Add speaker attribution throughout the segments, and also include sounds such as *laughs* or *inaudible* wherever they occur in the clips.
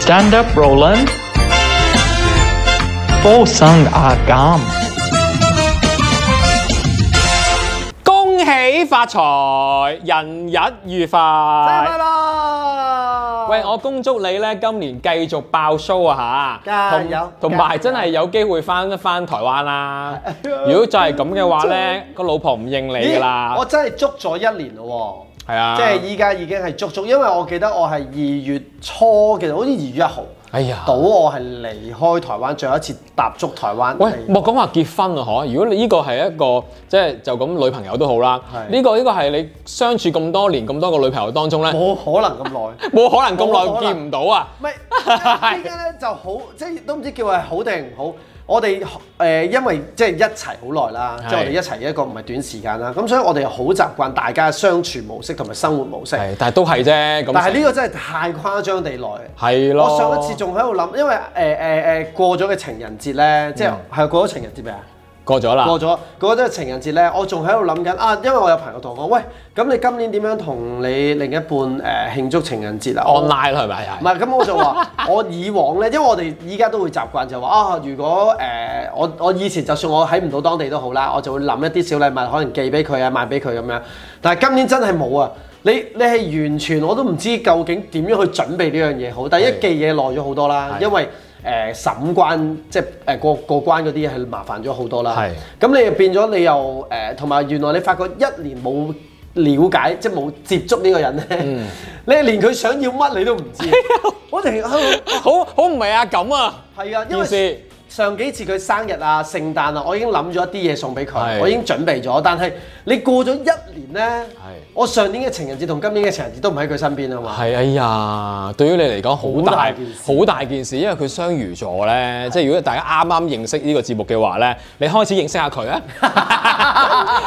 Speaker 1: Stand up, Roland. Four sung agam.
Speaker 2: 恭喜發財，人日愉快！
Speaker 3: 啦
Speaker 2: 喂，我恭祝你咧，今年繼續爆 show 啊嚇！
Speaker 3: 加油
Speaker 2: 同同
Speaker 3: 加
Speaker 2: 埋
Speaker 3: 油
Speaker 2: 真係有機會翻翻台灣啦！
Speaker 3: *laughs*
Speaker 2: 如果再係咁嘅話咧，個老婆唔應你㗎啦
Speaker 3: 咦，我，真係捉咗一年咯
Speaker 2: 係啊，
Speaker 3: 喎，即係依家已經係捉足，因為我記得我係二月初嘅，好似二月一號，
Speaker 2: 哎呀
Speaker 3: 到我係離開台灣，最後一次踏足台灣。
Speaker 2: 喂，
Speaker 3: 嚟
Speaker 2: 莫講話結婚啊，嗬！如果你呢個係一個即係就咁女朋友都好啦，
Speaker 3: 係
Speaker 2: 呢個呢個係你相處咁多年咁多個女朋友當中咧，
Speaker 3: 冇可能咁
Speaker 2: *laughs*
Speaker 3: 耐。
Speaker 2: 冇可能咁
Speaker 3: 冇
Speaker 2: 耐
Speaker 3: 可能
Speaker 2: 見唔到啊！
Speaker 3: 唔係，依家咧就好，即係都唔知叫係好定唔好。我哋誒、呃因為即係一齊好耐啦，
Speaker 2: 係
Speaker 3: 即係我哋一齊一個唔係短時間啦，咁所以我哋好習慣大家嘅相處模式同埋生活模式。
Speaker 2: 係，但係都係啫，咁
Speaker 3: 但係呢個真係太誇張地耐。
Speaker 2: 係咯。
Speaker 3: 我上一次仲喺度諗，因為誒誒誒過咗嘅情人節
Speaker 2: 嗯
Speaker 3: 咧，即係係過咗情人節未啊？
Speaker 2: 過咗啦，
Speaker 3: 過咗過咗情人節咧，我仲喺度諗緊啊，因為我有朋友同我講，喂，咁你今年點樣同你另一半誒、呃、慶祝情人節啊我
Speaker 2: online 啦係咪？
Speaker 3: 唔係，咁我就話 *laughs* 我以往咧，因為我哋依家都會習慣就話啊，如果誒、呃我我以前就算我喺唔到當地都好啦，我就會諗一啲小禮物，可能寄俾佢啊，買俾佢咁樣。但係今年真係冇啊！你你係完全我都唔知究竟點樣去準備呢樣嘢好。第
Speaker 2: 係
Speaker 3: 一寄嘢耐咗好多啦，
Speaker 2: 係
Speaker 3: 因為誒、呃、審關即係誒過過關嗰啲係麻煩咗好多啦。
Speaker 2: 係
Speaker 3: 啊咁你又變咗你又誒，同、埋原來你發覺一年冇了解，即係冇接觸呢個人咧，
Speaker 2: 嗯
Speaker 3: 你係連佢想要乜你都唔知。
Speaker 2: 啊
Speaker 3: 我哋喺度
Speaker 2: 好好唔係啊咁啊，
Speaker 3: 係啊，因
Speaker 2: 件
Speaker 3: 為
Speaker 2: 事
Speaker 3: 上幾次佢生日啊、聖誕啊，我已經諗咗一啲嘢送俾
Speaker 2: 係
Speaker 3: 佢，我已經準備咗。但係你過咗一年咧，我上年嘅情人節同今年嘅情人節都唔喺佢身邊啊嘛。
Speaker 2: 係哎呀，對於你嚟講好大
Speaker 3: 好大件事
Speaker 2: 好大件事，因為佢雙魚座咧，即係如果大家啱啱認識呢個節目嘅話咧，你開始認識下佢
Speaker 3: *laughs*
Speaker 2: 啊，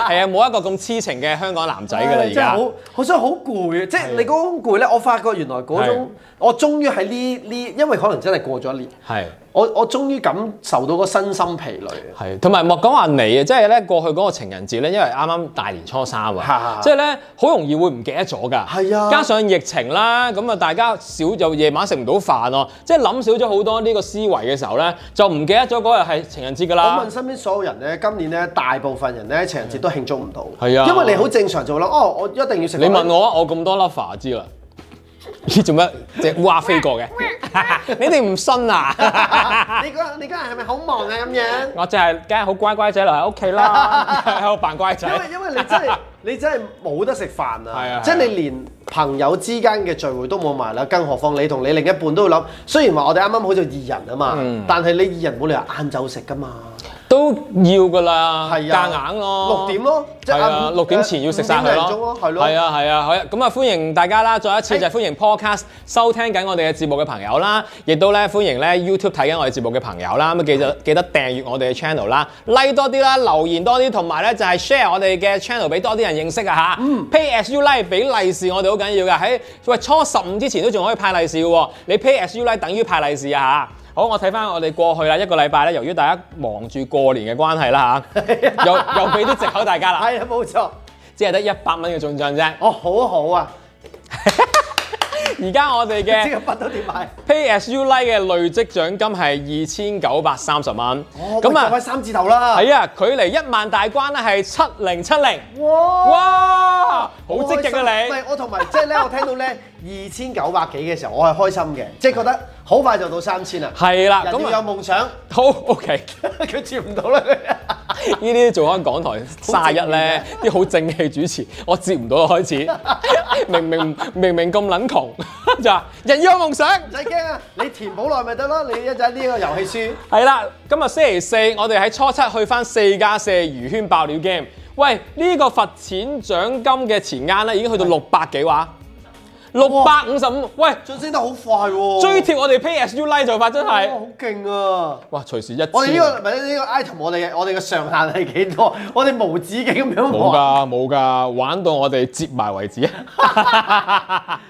Speaker 2: 係啊，冇一個咁痴情嘅香港男仔㗎啦
Speaker 3: 唉
Speaker 2: 而
Speaker 3: 真係
Speaker 2: 家。
Speaker 3: 好，好想好攰啊！即係你嗰種攰咧，我發覺原來嗰
Speaker 2: 係
Speaker 3: 種，我終於喺呢呢，因為可能真係過咗一年，
Speaker 2: 係
Speaker 3: 我我終於感受到個身心疲累啊！
Speaker 2: 係，同埋莫講話你啊，即係咧過去嗰個情人節咧，因為啱啱大年初三啊，
Speaker 3: 嚇
Speaker 2: 即係咧好容易會唔記得咗㗎。
Speaker 3: 係啊
Speaker 2: 加上疫情啦，咁啊大家少就夜晚食唔到飯咯，即係諗少咗好多呢個思維嘅時候咧，就唔記得咗嗰日係情人節㗎啦
Speaker 3: 我問。身邊所有人咧，今年咧大部分人咧情人節都慶祝唔到，
Speaker 2: 係啊
Speaker 3: 因為你好正常就會諗，哦，我一定要食。
Speaker 2: 你問我，我咁多 lover 知啦。咦，做乜隻烏鴉飛過
Speaker 3: *laughs*
Speaker 2: 嘅？你哋唔信啊？
Speaker 3: 你嗰日你嗰日係咪好忙啊咁樣？
Speaker 2: 我就係梗係好乖乖仔留喺屋企
Speaker 3: *laughs*
Speaker 2: 啦，喺度扮乖仔。
Speaker 3: 因為因為你真係 *laughs* 你真係冇得食飯
Speaker 2: 係啊
Speaker 3: 啊！即係你連朋友之間嘅聚會都冇埋啦，更何況你同你另一半都會諗。雖然話我哋啱啱好似二人啊
Speaker 2: 嗯
Speaker 3: 嘛，但係你二人冇理由晏晝食噶嘛，
Speaker 2: 都要㗎啦，
Speaker 3: 係啊
Speaker 2: 夾硬咯。
Speaker 3: 六點咯，即
Speaker 2: 係啊，
Speaker 3: 五
Speaker 2: 六點前要食晒
Speaker 3: 五
Speaker 2: 佢
Speaker 3: 點零
Speaker 2: 咯
Speaker 3: 鐘咯，係，咯，
Speaker 2: 係啊，係啊，係啊，咁啊，歡迎大家啦！再一次就係歡迎 Podcast 收聽緊我哋嘅節目嘅朋友啦，亦都咧歡迎咧 YouTube 睇緊我哋節目嘅朋友啦。咁啊記
Speaker 3: 嗯
Speaker 2: 得記得訂閱我哋嘅 channel 啦，like 多啲啦，留言多啲，同埋咧就係 share 我哋嘅 channel 俾多啲人認識啊嚇。Pay
Speaker 3: 嗯
Speaker 2: as you like 俾利是我哋好緊要㗎，喺喂初十五之前都仲可以派利是嘅喎，你 pay as you like 等於派利是啊嚇。好，我睇翻我哋過去啦，一個禮拜咧，由於大家忙住過年嘅關係啦嚇，又又俾啲藉口大家啦。
Speaker 3: *laughs* 係啊，冇錯，
Speaker 2: 只係得一百蚊嘅進帳啫。
Speaker 3: 我好好啊，
Speaker 2: 而家我哋
Speaker 3: *laughs* 即
Speaker 2: 嘅
Speaker 3: 刻筆都點買？
Speaker 2: Pay As You Like 嘅累積獎金係二千九百三十蚊。
Speaker 3: 咁
Speaker 2: 咁
Speaker 3: 啊，喂
Speaker 2: 啊，
Speaker 3: 三字頭啦，
Speaker 2: 係啊，距離一萬大關咧係七零七零。
Speaker 3: 哇！
Speaker 2: 哇，好積極
Speaker 3: 唔
Speaker 2: 啊
Speaker 3: 係我同埋即係咧，我聽到咧二千九百幾嘅時候，我係開心嘅，即係覺得好快就到三千啦。
Speaker 2: 你！係啦，
Speaker 3: 人
Speaker 2: 咁
Speaker 3: 要有
Speaker 2: 啊，
Speaker 3: 夢想， *laughs*
Speaker 2: 好 OK。
Speaker 3: 佢接唔到啦。佢
Speaker 2: 呢啲做開港台卅一咧，啲好正氣主持，我接唔到啊開
Speaker 3: *laughs*
Speaker 2: 始。明明明明咁撚窮， *laughs* 就話人要有夢想。
Speaker 3: 唔使驚啊，你填補耐咪得咯。你一陣呢個遊戲
Speaker 2: 係啦，今日星期四，我哋喺初七去翻四加四魚圈爆料 game。喂，呢、個罰錢獎金嘅前啱咧已經去到六百幾話，六百五十五。喂，
Speaker 3: 書晉升得好快喎，
Speaker 2: 追貼我哋 pay as you like 做法真
Speaker 3: 哇
Speaker 2: 係，
Speaker 3: 好勁啊！
Speaker 2: 哇隨時一千。
Speaker 3: 我哋呢、個唔係呢個 item，我哋我哋嘅上限係幾多？ *laughs* 我哋無止境咁樣
Speaker 2: 冇
Speaker 3: 玩。
Speaker 2: 㗎冇㗎，玩到我哋接埋為止。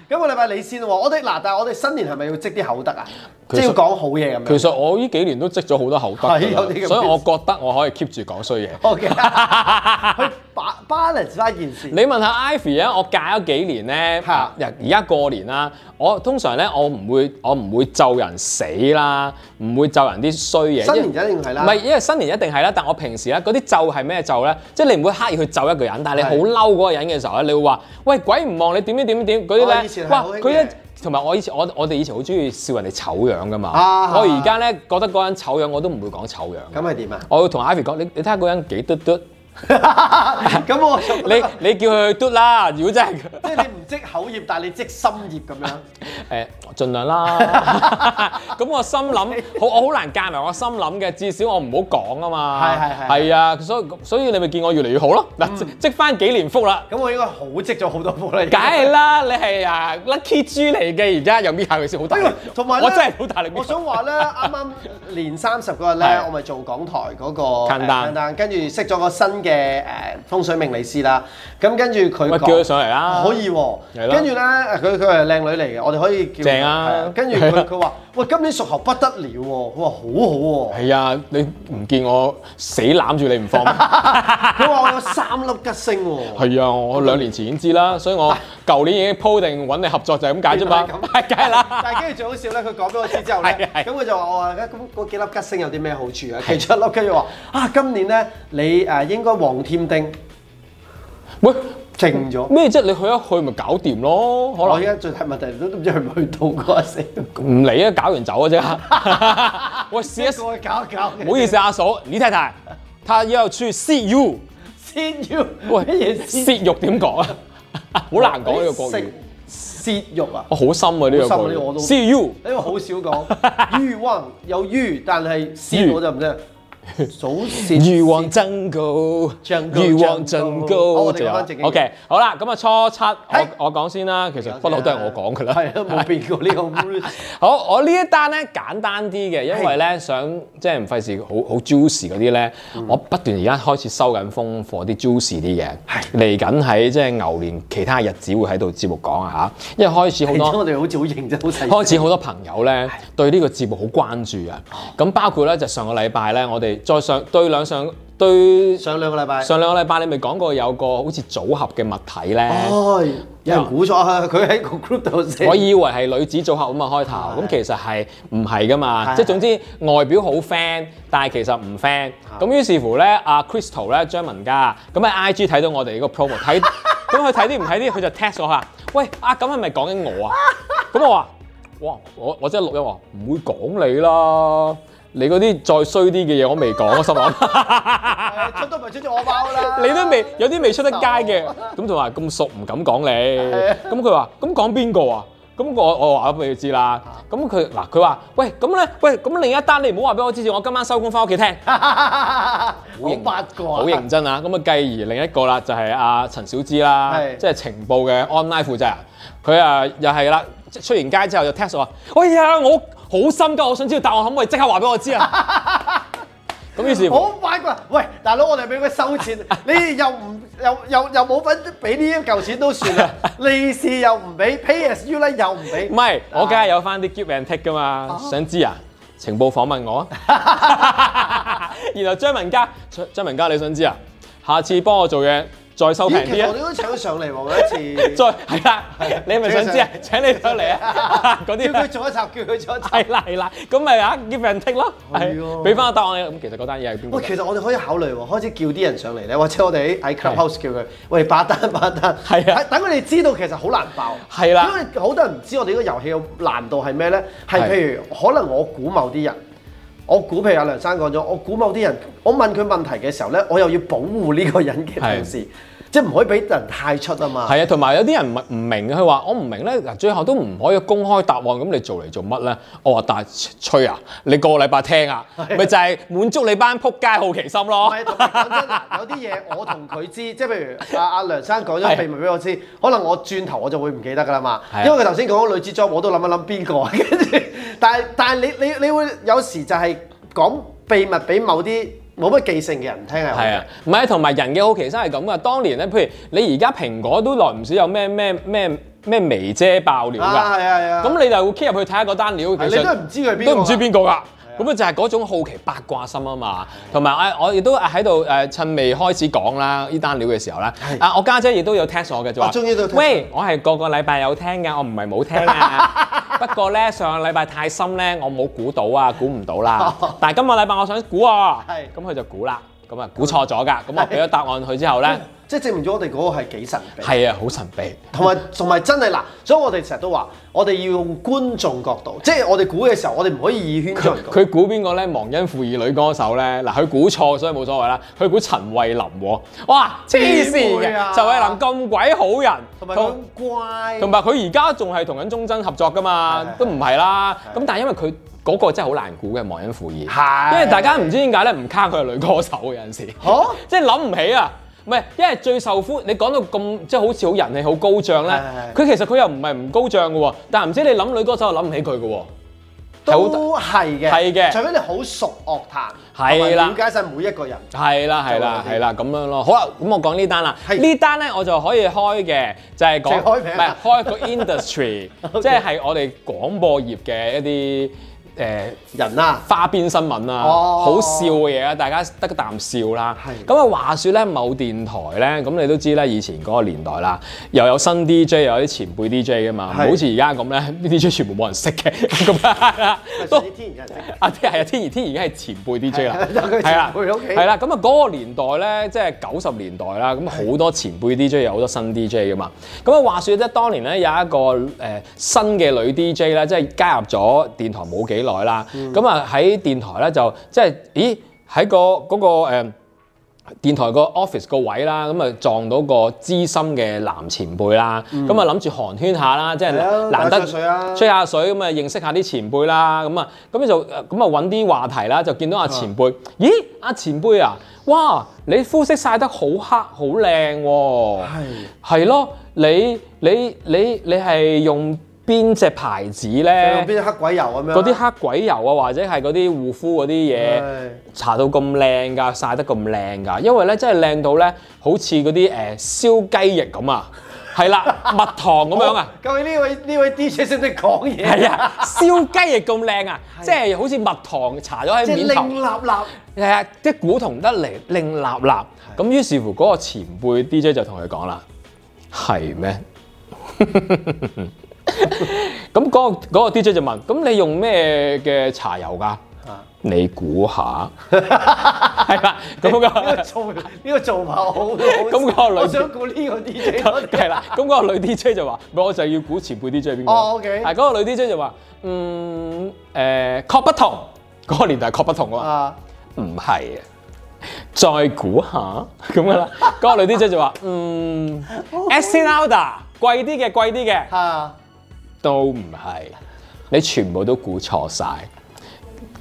Speaker 3: 咁個禮拜你先喎，我哋嗱，但係我哋新年係咪要積啲口德啊？
Speaker 2: 其實
Speaker 3: 即係要講好嘢咁
Speaker 2: 其
Speaker 3: 樣。
Speaker 2: 實我呢幾年都積咗好多口德
Speaker 3: 係
Speaker 2: 㗎
Speaker 3: 有啲咁
Speaker 2: 啦，
Speaker 3: 嘅
Speaker 2: 所以我覺得我可以 keep 住講衰嘢。
Speaker 3: O *laughs* K，去把 balance 翻件事。
Speaker 2: 你問下 Ivy 啊，我戒咗幾年咧，
Speaker 3: 嚇
Speaker 2: 而而家過年啦，我通常咧我唔會我唔會咒人死啦，唔會咒人啲衰嘢。
Speaker 3: 新
Speaker 2: 因為
Speaker 3: 年就一定係啦
Speaker 2: 唔係，因為新年一定係啦。但我平時咧，嗰啲咒係咩咒咧？即係你唔會刻意去咒一個人，但係你
Speaker 3: 係
Speaker 2: 好嬲嗰個人嘅時候咧，你會話：喂，鬼唔望你點點點點嗰啲
Speaker 3: 哦以
Speaker 2: 咧
Speaker 3: 前，係
Speaker 2: 哇
Speaker 3: 好！興
Speaker 2: 佢咧
Speaker 3: 嘅
Speaker 2: 同埋我以前我我哋以前好中意笑人哋醜樣噶嘛。
Speaker 3: 啊
Speaker 2: 我而家咧覺得嗰個人醜樣，我都唔會講醜樣。
Speaker 3: 咁係點啊？
Speaker 2: 我會同 Ivy 講：你你睇下嗰個人幾嘟嘟，
Speaker 3: *laughs* 咁我就覺得
Speaker 2: 你你叫佢去嘟啦。如果真係佢。
Speaker 3: 即係你唔積口業，但係你積心業
Speaker 2: *laughs*
Speaker 3: 咁樣。
Speaker 2: 誒，盡量
Speaker 3: *laughs*
Speaker 2: 啦。咁我心諗，好我好難夾埋我心諗嘅，至少我唔好講啊嘛。
Speaker 3: 係係係嗯
Speaker 2: 係啊，所以所以你咪見我越嚟越好咯。嗱，積積翻幾年福啦。
Speaker 3: 咁我應該好積咗好多福啦。而
Speaker 2: 梗
Speaker 3: 家
Speaker 2: 係啦，你係啊 lucky 豬嚟嘅，而家又搣下佢先好大力
Speaker 3: 哎呀。同埋咧
Speaker 2: 我真係好大力搣。
Speaker 3: 我想話咧，啱啱年三十嗰日咧
Speaker 2: 係，
Speaker 3: 我咪做港台嗰個
Speaker 2: 簡單
Speaker 3: 簡單，跟住識咗個新嘅誒風水命理師啦。咁跟住佢
Speaker 2: 喂，
Speaker 3: 講
Speaker 2: 啊叫佢上嚟啦。
Speaker 3: 可以喎，
Speaker 2: 係
Speaker 3: 跟
Speaker 2: 啦
Speaker 3: 住咧，佢佢係靚女嚟嘅，我哋可以叫
Speaker 2: 正啊
Speaker 3: 係跟住
Speaker 2: *laughs* 係啊
Speaker 3: 佢佢話：喂，今年屬猴不得了喎，佢話好好
Speaker 2: 係啊，你唔見我死攬住你唔
Speaker 3: *laughs*
Speaker 2: 放咩？
Speaker 3: 喎，佢話我有三粒吉星喎。
Speaker 2: 係啊，我兩年前已經知啦，所以我舊年已經鋪定揾你合作就係咁解啫嘛。
Speaker 3: 啊哦原來
Speaker 2: 係梗係啦。
Speaker 3: 但係跟住最好笑咧，佢講俾我知之後
Speaker 2: 係
Speaker 3: 咧，
Speaker 2: 係
Speaker 3: 咁佢就話我話咁嗰幾粒吉星有啲咩好處啊？其中一粒跟住話啊，今年咧你誒應該黃添丁
Speaker 2: 喂，
Speaker 3: 勁咗。
Speaker 2: 咩啫？你去一去咪搞掂咯，可
Speaker 3: 我
Speaker 2: 能
Speaker 3: 而。家最大問題都唔知去唔去到嗰一死，
Speaker 2: 唔理啊，搞完走啊啫。
Speaker 3: *laughs*
Speaker 2: 我試一試，
Speaker 3: 過去搞一搞嘅。
Speaker 2: 唔好意思啊，阿嫂，李太太，她要去 see you，
Speaker 3: 先要
Speaker 2: 喂
Speaker 3: 乜嘢先？
Speaker 2: 泄肉點講啊？好難講呢個國語
Speaker 3: 食，切肉啊！
Speaker 2: 我好深啊呢個
Speaker 3: 好深啊
Speaker 2: 國
Speaker 3: 呢個我
Speaker 2: 語。
Speaker 3: 都
Speaker 2: see you，
Speaker 3: 因為好少講於汪有於，但係先我就唔知。早泄
Speaker 2: 欲望增高，
Speaker 3: Jungle，
Speaker 2: 欲望增
Speaker 3: Jungle 好
Speaker 2: 高
Speaker 3: 我哋
Speaker 2: 就有
Speaker 3: 講返正經嘢
Speaker 2: OK，好啦，咁啊初七
Speaker 3: 係
Speaker 2: 我我講先啦，其實不嬲都係我講噶啦。
Speaker 3: 係啊，冇變過呢個 rule。
Speaker 2: 好，我呢一單咧簡單啲嘅，因為咧想即係唔費事好好 juicy 嗰啲咧，
Speaker 3: 嗯
Speaker 2: 我不斷而家開始收緊風貨啲 juicy 啲嘅，嚟緊喺即係牛年其他日子會喺度節目講啊嚇，因為開始好
Speaker 3: 其中
Speaker 2: 多。
Speaker 3: 我哋好似好認真，好細心。
Speaker 2: 開始好多朋友咧對呢個節目好關注啊，
Speaker 3: 哦
Speaker 2: 咁包括咧就上個禮拜咧，我哋再上對兩上對
Speaker 3: 上兩個禮拜。
Speaker 2: 上兩個禮拜你咪講過有個好似組合嘅物體咧。
Speaker 3: 哦，有人估咗啊！ *laughs* 佢喺個 group 度寫。
Speaker 2: 我以為係女子組合咁啊開頭，咁其實係唔係噶嘛？
Speaker 3: 係
Speaker 2: 即係總之外表好 friend，但係其實唔 friend。咁於是乎咧，阿 Crystal 咧張文嘉咁喺 IG 睇到我哋個 promo，睇
Speaker 3: *laughs*
Speaker 2: 咁佢睇啲唔睇啲，佢就 text 我話：喂，啊咁係咪講緊我啊？咁我話：哇，我我真係錄音話唔會講你啦，你嗰啲再衰啲嘅嘢我未講，我心諗。
Speaker 3: 係出都咪出咗我包
Speaker 2: *laughs*
Speaker 3: 啦。
Speaker 2: 你都
Speaker 3: *laughs*
Speaker 2: 未有啲未出得街
Speaker 3: 啊
Speaker 2: 嘅，咁同埋咁熟唔敢講你，咁佢話咁講邊個啊？咁我我話俾佢知啦，咁佢嗱佢話喂咁咧喂咁另一單你唔好話俾我知住，我今晚收工翻屋企聽，
Speaker 3: 好八個啊
Speaker 2: 好認真啊！咁啊繼而另一個啦，就係阿陳小芝啦，
Speaker 3: 係
Speaker 2: 即係情報嘅 online 負責人，佢啊又係啦，即係出完街之後就 text 我話，哎呀我好心急，我想知道答案，可唔可以即刻話俾我知啊？
Speaker 3: *laughs*
Speaker 2: 咁於是乎
Speaker 3: 好快啩！喂，大佬，我哋俾佢收
Speaker 2: *laughs*
Speaker 3: 錢，你又唔又又又冇份俾呢一嚿錢
Speaker 2: *laughs*
Speaker 3: 都算啦，利是又唔俾，PSU 咧又唔俾
Speaker 2: 唔，係，我
Speaker 3: 啊
Speaker 2: 梗係有翻啲 give and take 噶嘛，
Speaker 3: 哦
Speaker 2: 想知啊？情報訪問
Speaker 3: *laughs*
Speaker 2: 我啊，然後張文嘉，張張文嘉你想知啊？下次幫我做嘢再收平
Speaker 3: 咦，其
Speaker 2: 啲
Speaker 3: 實
Speaker 2: 啊
Speaker 3: 我哋！都請佢上嚟喎一次，
Speaker 2: *laughs* 再係啦，你係咪想知
Speaker 3: *laughs*
Speaker 2: 啊？請你上嚟啊！嗰
Speaker 3: 叫
Speaker 2: 啲
Speaker 3: 佢
Speaker 2: 啊
Speaker 3: 做一集，叫佢做一集。
Speaker 2: 係啦係啦，咁咪啊 give and take 咯，
Speaker 3: 係喎
Speaker 2: 係俾翻個答案你。咁其實嗰單嘢係邊個
Speaker 3: 喂，
Speaker 2: 㗎？
Speaker 3: 其實我哋可以考慮喎，開始叫啲人上嚟咧，或者我哋喺喺 Clubhouse 叫佢，喂，八單八單，
Speaker 2: 係啊
Speaker 3: 等佢哋知道其實好難爆，
Speaker 2: 係啦
Speaker 3: 因為好多人唔知我哋呢個遊戲嘅難度係咩咧？係
Speaker 2: 係
Speaker 3: 譬如可能我估某啲人，我估譬如阿梁生講咗，我估某啲人，我問佢問題嘅時候咧，我又要保護呢個人嘅同時，即係唔可以俾人太出啊嘛。
Speaker 2: 係啊，同埋有啲人唔唔明嘅，佢話我唔明咧，嗱最後都唔可以公開答案，咁你做嚟做乜咧？我話但係吹啊，你個個禮拜聽啊，咪就係滿足你班撲街好奇心
Speaker 3: 唔
Speaker 2: 咯。
Speaker 3: 係，同埋講真嗱，有啲嘢我同佢知，即係譬
Speaker 2: *laughs*
Speaker 3: 如阿阿梁生講
Speaker 2: 係
Speaker 3: 咗秘密俾我知，可能我轉頭我就會唔記得㗎啦嘛
Speaker 2: 係啊。
Speaker 3: 因為佢頭先講嗰女子裝，我都諗一諗邊個啊， *laughs* 跟住但係但係你你你會有時就係講秘密俾某啲冇乜記性嘅人聽係好
Speaker 2: 係
Speaker 3: 嘅
Speaker 2: 啊，，唔係同埋人嘅好奇心係咁噶。當年咧，譬如你而家蘋果都耐唔少有咩咩咩咩微姐爆料
Speaker 3: 啊係
Speaker 2: 㗎，
Speaker 3: 啊係啊，
Speaker 2: 咁你就會 keep 入去睇下嗰單料，其
Speaker 3: 你都係
Speaker 2: 實
Speaker 3: 唔知佢係邊個
Speaker 2: 都
Speaker 3: 啊
Speaker 2: 唔知邊個㗎。咁啊就係嗰種好奇八卦心啊嘛，同埋啊我亦都喺度誒趁未開始講啦呢單料嘅時候啦，啊我家姐亦都有 text 我嘅就話
Speaker 3: 啊，終於都 text
Speaker 2: 喂，我係個個禮拜有聽㗎，我唔係冇聽
Speaker 3: *laughs*
Speaker 2: 啊。不過咧上個禮拜太深咧，我冇估到啊，估唔到
Speaker 3: *laughs*
Speaker 2: 啦。但係今個禮拜我想估啊喎
Speaker 3: 係，
Speaker 2: 咁佢就估啦，咁
Speaker 3: 嗯
Speaker 2: 啊估錯咗㗎，咁我俾咗答案佢之後咧，
Speaker 3: 即係證明咗我哋嗰個係幾神秘。
Speaker 2: 係啊好神秘。
Speaker 3: 同埋同埋真係嗱，所以我哋成日都話，我哋要用觀眾角度，即係我哋估嘅時候，我哋唔可以以圈進人。
Speaker 2: 佢估邊個咧？忘恩負義女歌手咧？嗱，佢估錯，所以冇所謂啦。佢估陳慧琳喎，哇，黐線
Speaker 3: 點會啊
Speaker 2: 嘅！陳慧琳咁鬼好人，
Speaker 3: 同埋佢好乖，
Speaker 2: 同埋佢而家仲係同緊鐘真合作噶嘛
Speaker 3: 係係，係
Speaker 2: 都唔係啦。
Speaker 3: 係
Speaker 2: 咁但係因為佢嗰個真係好難估嘅忘恩負義，
Speaker 3: 係
Speaker 2: 因為大家唔知點解咧唔卡佢係女歌手嘅有陣時。
Speaker 3: 嚇
Speaker 2: 即係諗唔起啊！唔係，因為最受歡，你講到咁即係好似好人氣好高漲咧，
Speaker 3: 係
Speaker 2: 佢其實佢又唔係唔高漲嘅喎，但係唔知你諗女歌手又諗唔起佢嘅喎。
Speaker 3: 都係嘅，
Speaker 2: 係嘅
Speaker 3: 除非你好熟樂壇，
Speaker 2: 係啦
Speaker 3: 同埋了解晒每一個人。
Speaker 2: 係啦，係啦，係啦，咁樣咯。好啦，咁我講呢單啦。
Speaker 3: 係
Speaker 2: 呢單咧我就可以開嘅，就係
Speaker 3: 即係
Speaker 2: 講
Speaker 3: 開名
Speaker 2: 唔係
Speaker 3: 啊
Speaker 2: 開個 industry，
Speaker 3: *laughs* Okay
Speaker 2: 即係係我哋廣播業嘅一啲誒
Speaker 3: 人啦、
Speaker 2: 花邊新聞啊，
Speaker 3: 哦
Speaker 2: 好笑嘅嘢啊，大家得啖笑啦。
Speaker 3: 係
Speaker 2: 咁啊，話說咧，某電台咧，咁你都知啦，以前嗰個年代啦，又有新 DJ，又有啲前輩 DJ 噶嘛，唔
Speaker 3: 係
Speaker 2: 好似而家咁咧，啲 DJ 全部冇人識嘅咁
Speaker 3: *laughs*
Speaker 2: 啊，
Speaker 3: 都
Speaker 2: 都
Speaker 3: 天然人識。
Speaker 2: 啊，天係啊，天然天然已經係前輩 DJ 啦，
Speaker 3: 係佢係
Speaker 2: 係啦，
Speaker 3: 前輩，OK
Speaker 2: 係啦，咁啊嗰個年代咧，即係九十年代啦，咁好多前輩 DJ 有好多新 DJ 噶嘛。咁啊話說咧，當年咧有一個誒、呃新嘅女 DJ 咧，即係加入咗電台冇幾耐啦，
Speaker 3: 嗯
Speaker 2: 咁啊喺電台咧就即係咦喺個嗰、個、呃電台個 office 個位啦，咁啊撞到個資深嘅男前輩啦，咁啊諗住寒暄下啦，即係
Speaker 3: 嗯係啊
Speaker 2: 難得
Speaker 3: 打下水啊
Speaker 2: 吹下水咁啊，認識下啲前輩啦，咁啊，咁就咁啊揾啲話題啦，就見到阿前
Speaker 3: 啊
Speaker 2: 輩，咦，阿前輩啊，哇，你膚色曬得好黑好靚喎，係咯，你你你你係用邊隻牌子
Speaker 3: 係，
Speaker 2: 咧？
Speaker 3: 邊啲黑鬼啊油咁樣。
Speaker 2: 嗰啲黑鬼油啊，或者係嗰啲護膚嗰啲嘢。
Speaker 3: 係
Speaker 2: 搽到咁靚㗎，曬得咁靚㗎，因為咧真係靚到咧，好似嗰啲誒呃燒雞翼咁啊，係啦，蜜糖咁樣啊，
Speaker 3: 究竟呢位呢位 DJ 識唔識講嘢？
Speaker 2: 係啊，燒雞翼咁靚啊，即係好似蜜糖搽咗
Speaker 3: 即
Speaker 2: 喺
Speaker 3: 係
Speaker 2: 面
Speaker 3: 令
Speaker 2: 頭，
Speaker 3: 立立。
Speaker 2: 係啊，即係古銅得嚟令立立，咁於是乎嗰個前輩 DJ 就同佢講啦，係咩？ *laughs* 咁嗰個嗰個 DJ 就問：咁你用咩嘅茶油
Speaker 3: 啊
Speaker 2: 㗎？你估下， *laughs* 係啦，咁
Speaker 3: *laughs* 呢
Speaker 2: 個
Speaker 3: 個。做呢個做法好好。咁
Speaker 2: 個女
Speaker 3: 我想估呢個 DJ
Speaker 2: 咁係啦，咁嗰個女 DJ 就話：，唔係我就要估前輩 DJ 係邊個。
Speaker 3: 哦，OK
Speaker 2: 係嗰個女 DJ 就話：，嗯，誒、確不同，嗰、個年代係確不同啊嘛，
Speaker 3: 啊，
Speaker 2: 唔係啊，再估下咁噶啦。嗰個女 DJ 就話：，嗯 s n o d a 貴啲嘅，貴啲嘅，
Speaker 3: 嚇
Speaker 2: 都唔係，你全部都估錯晒。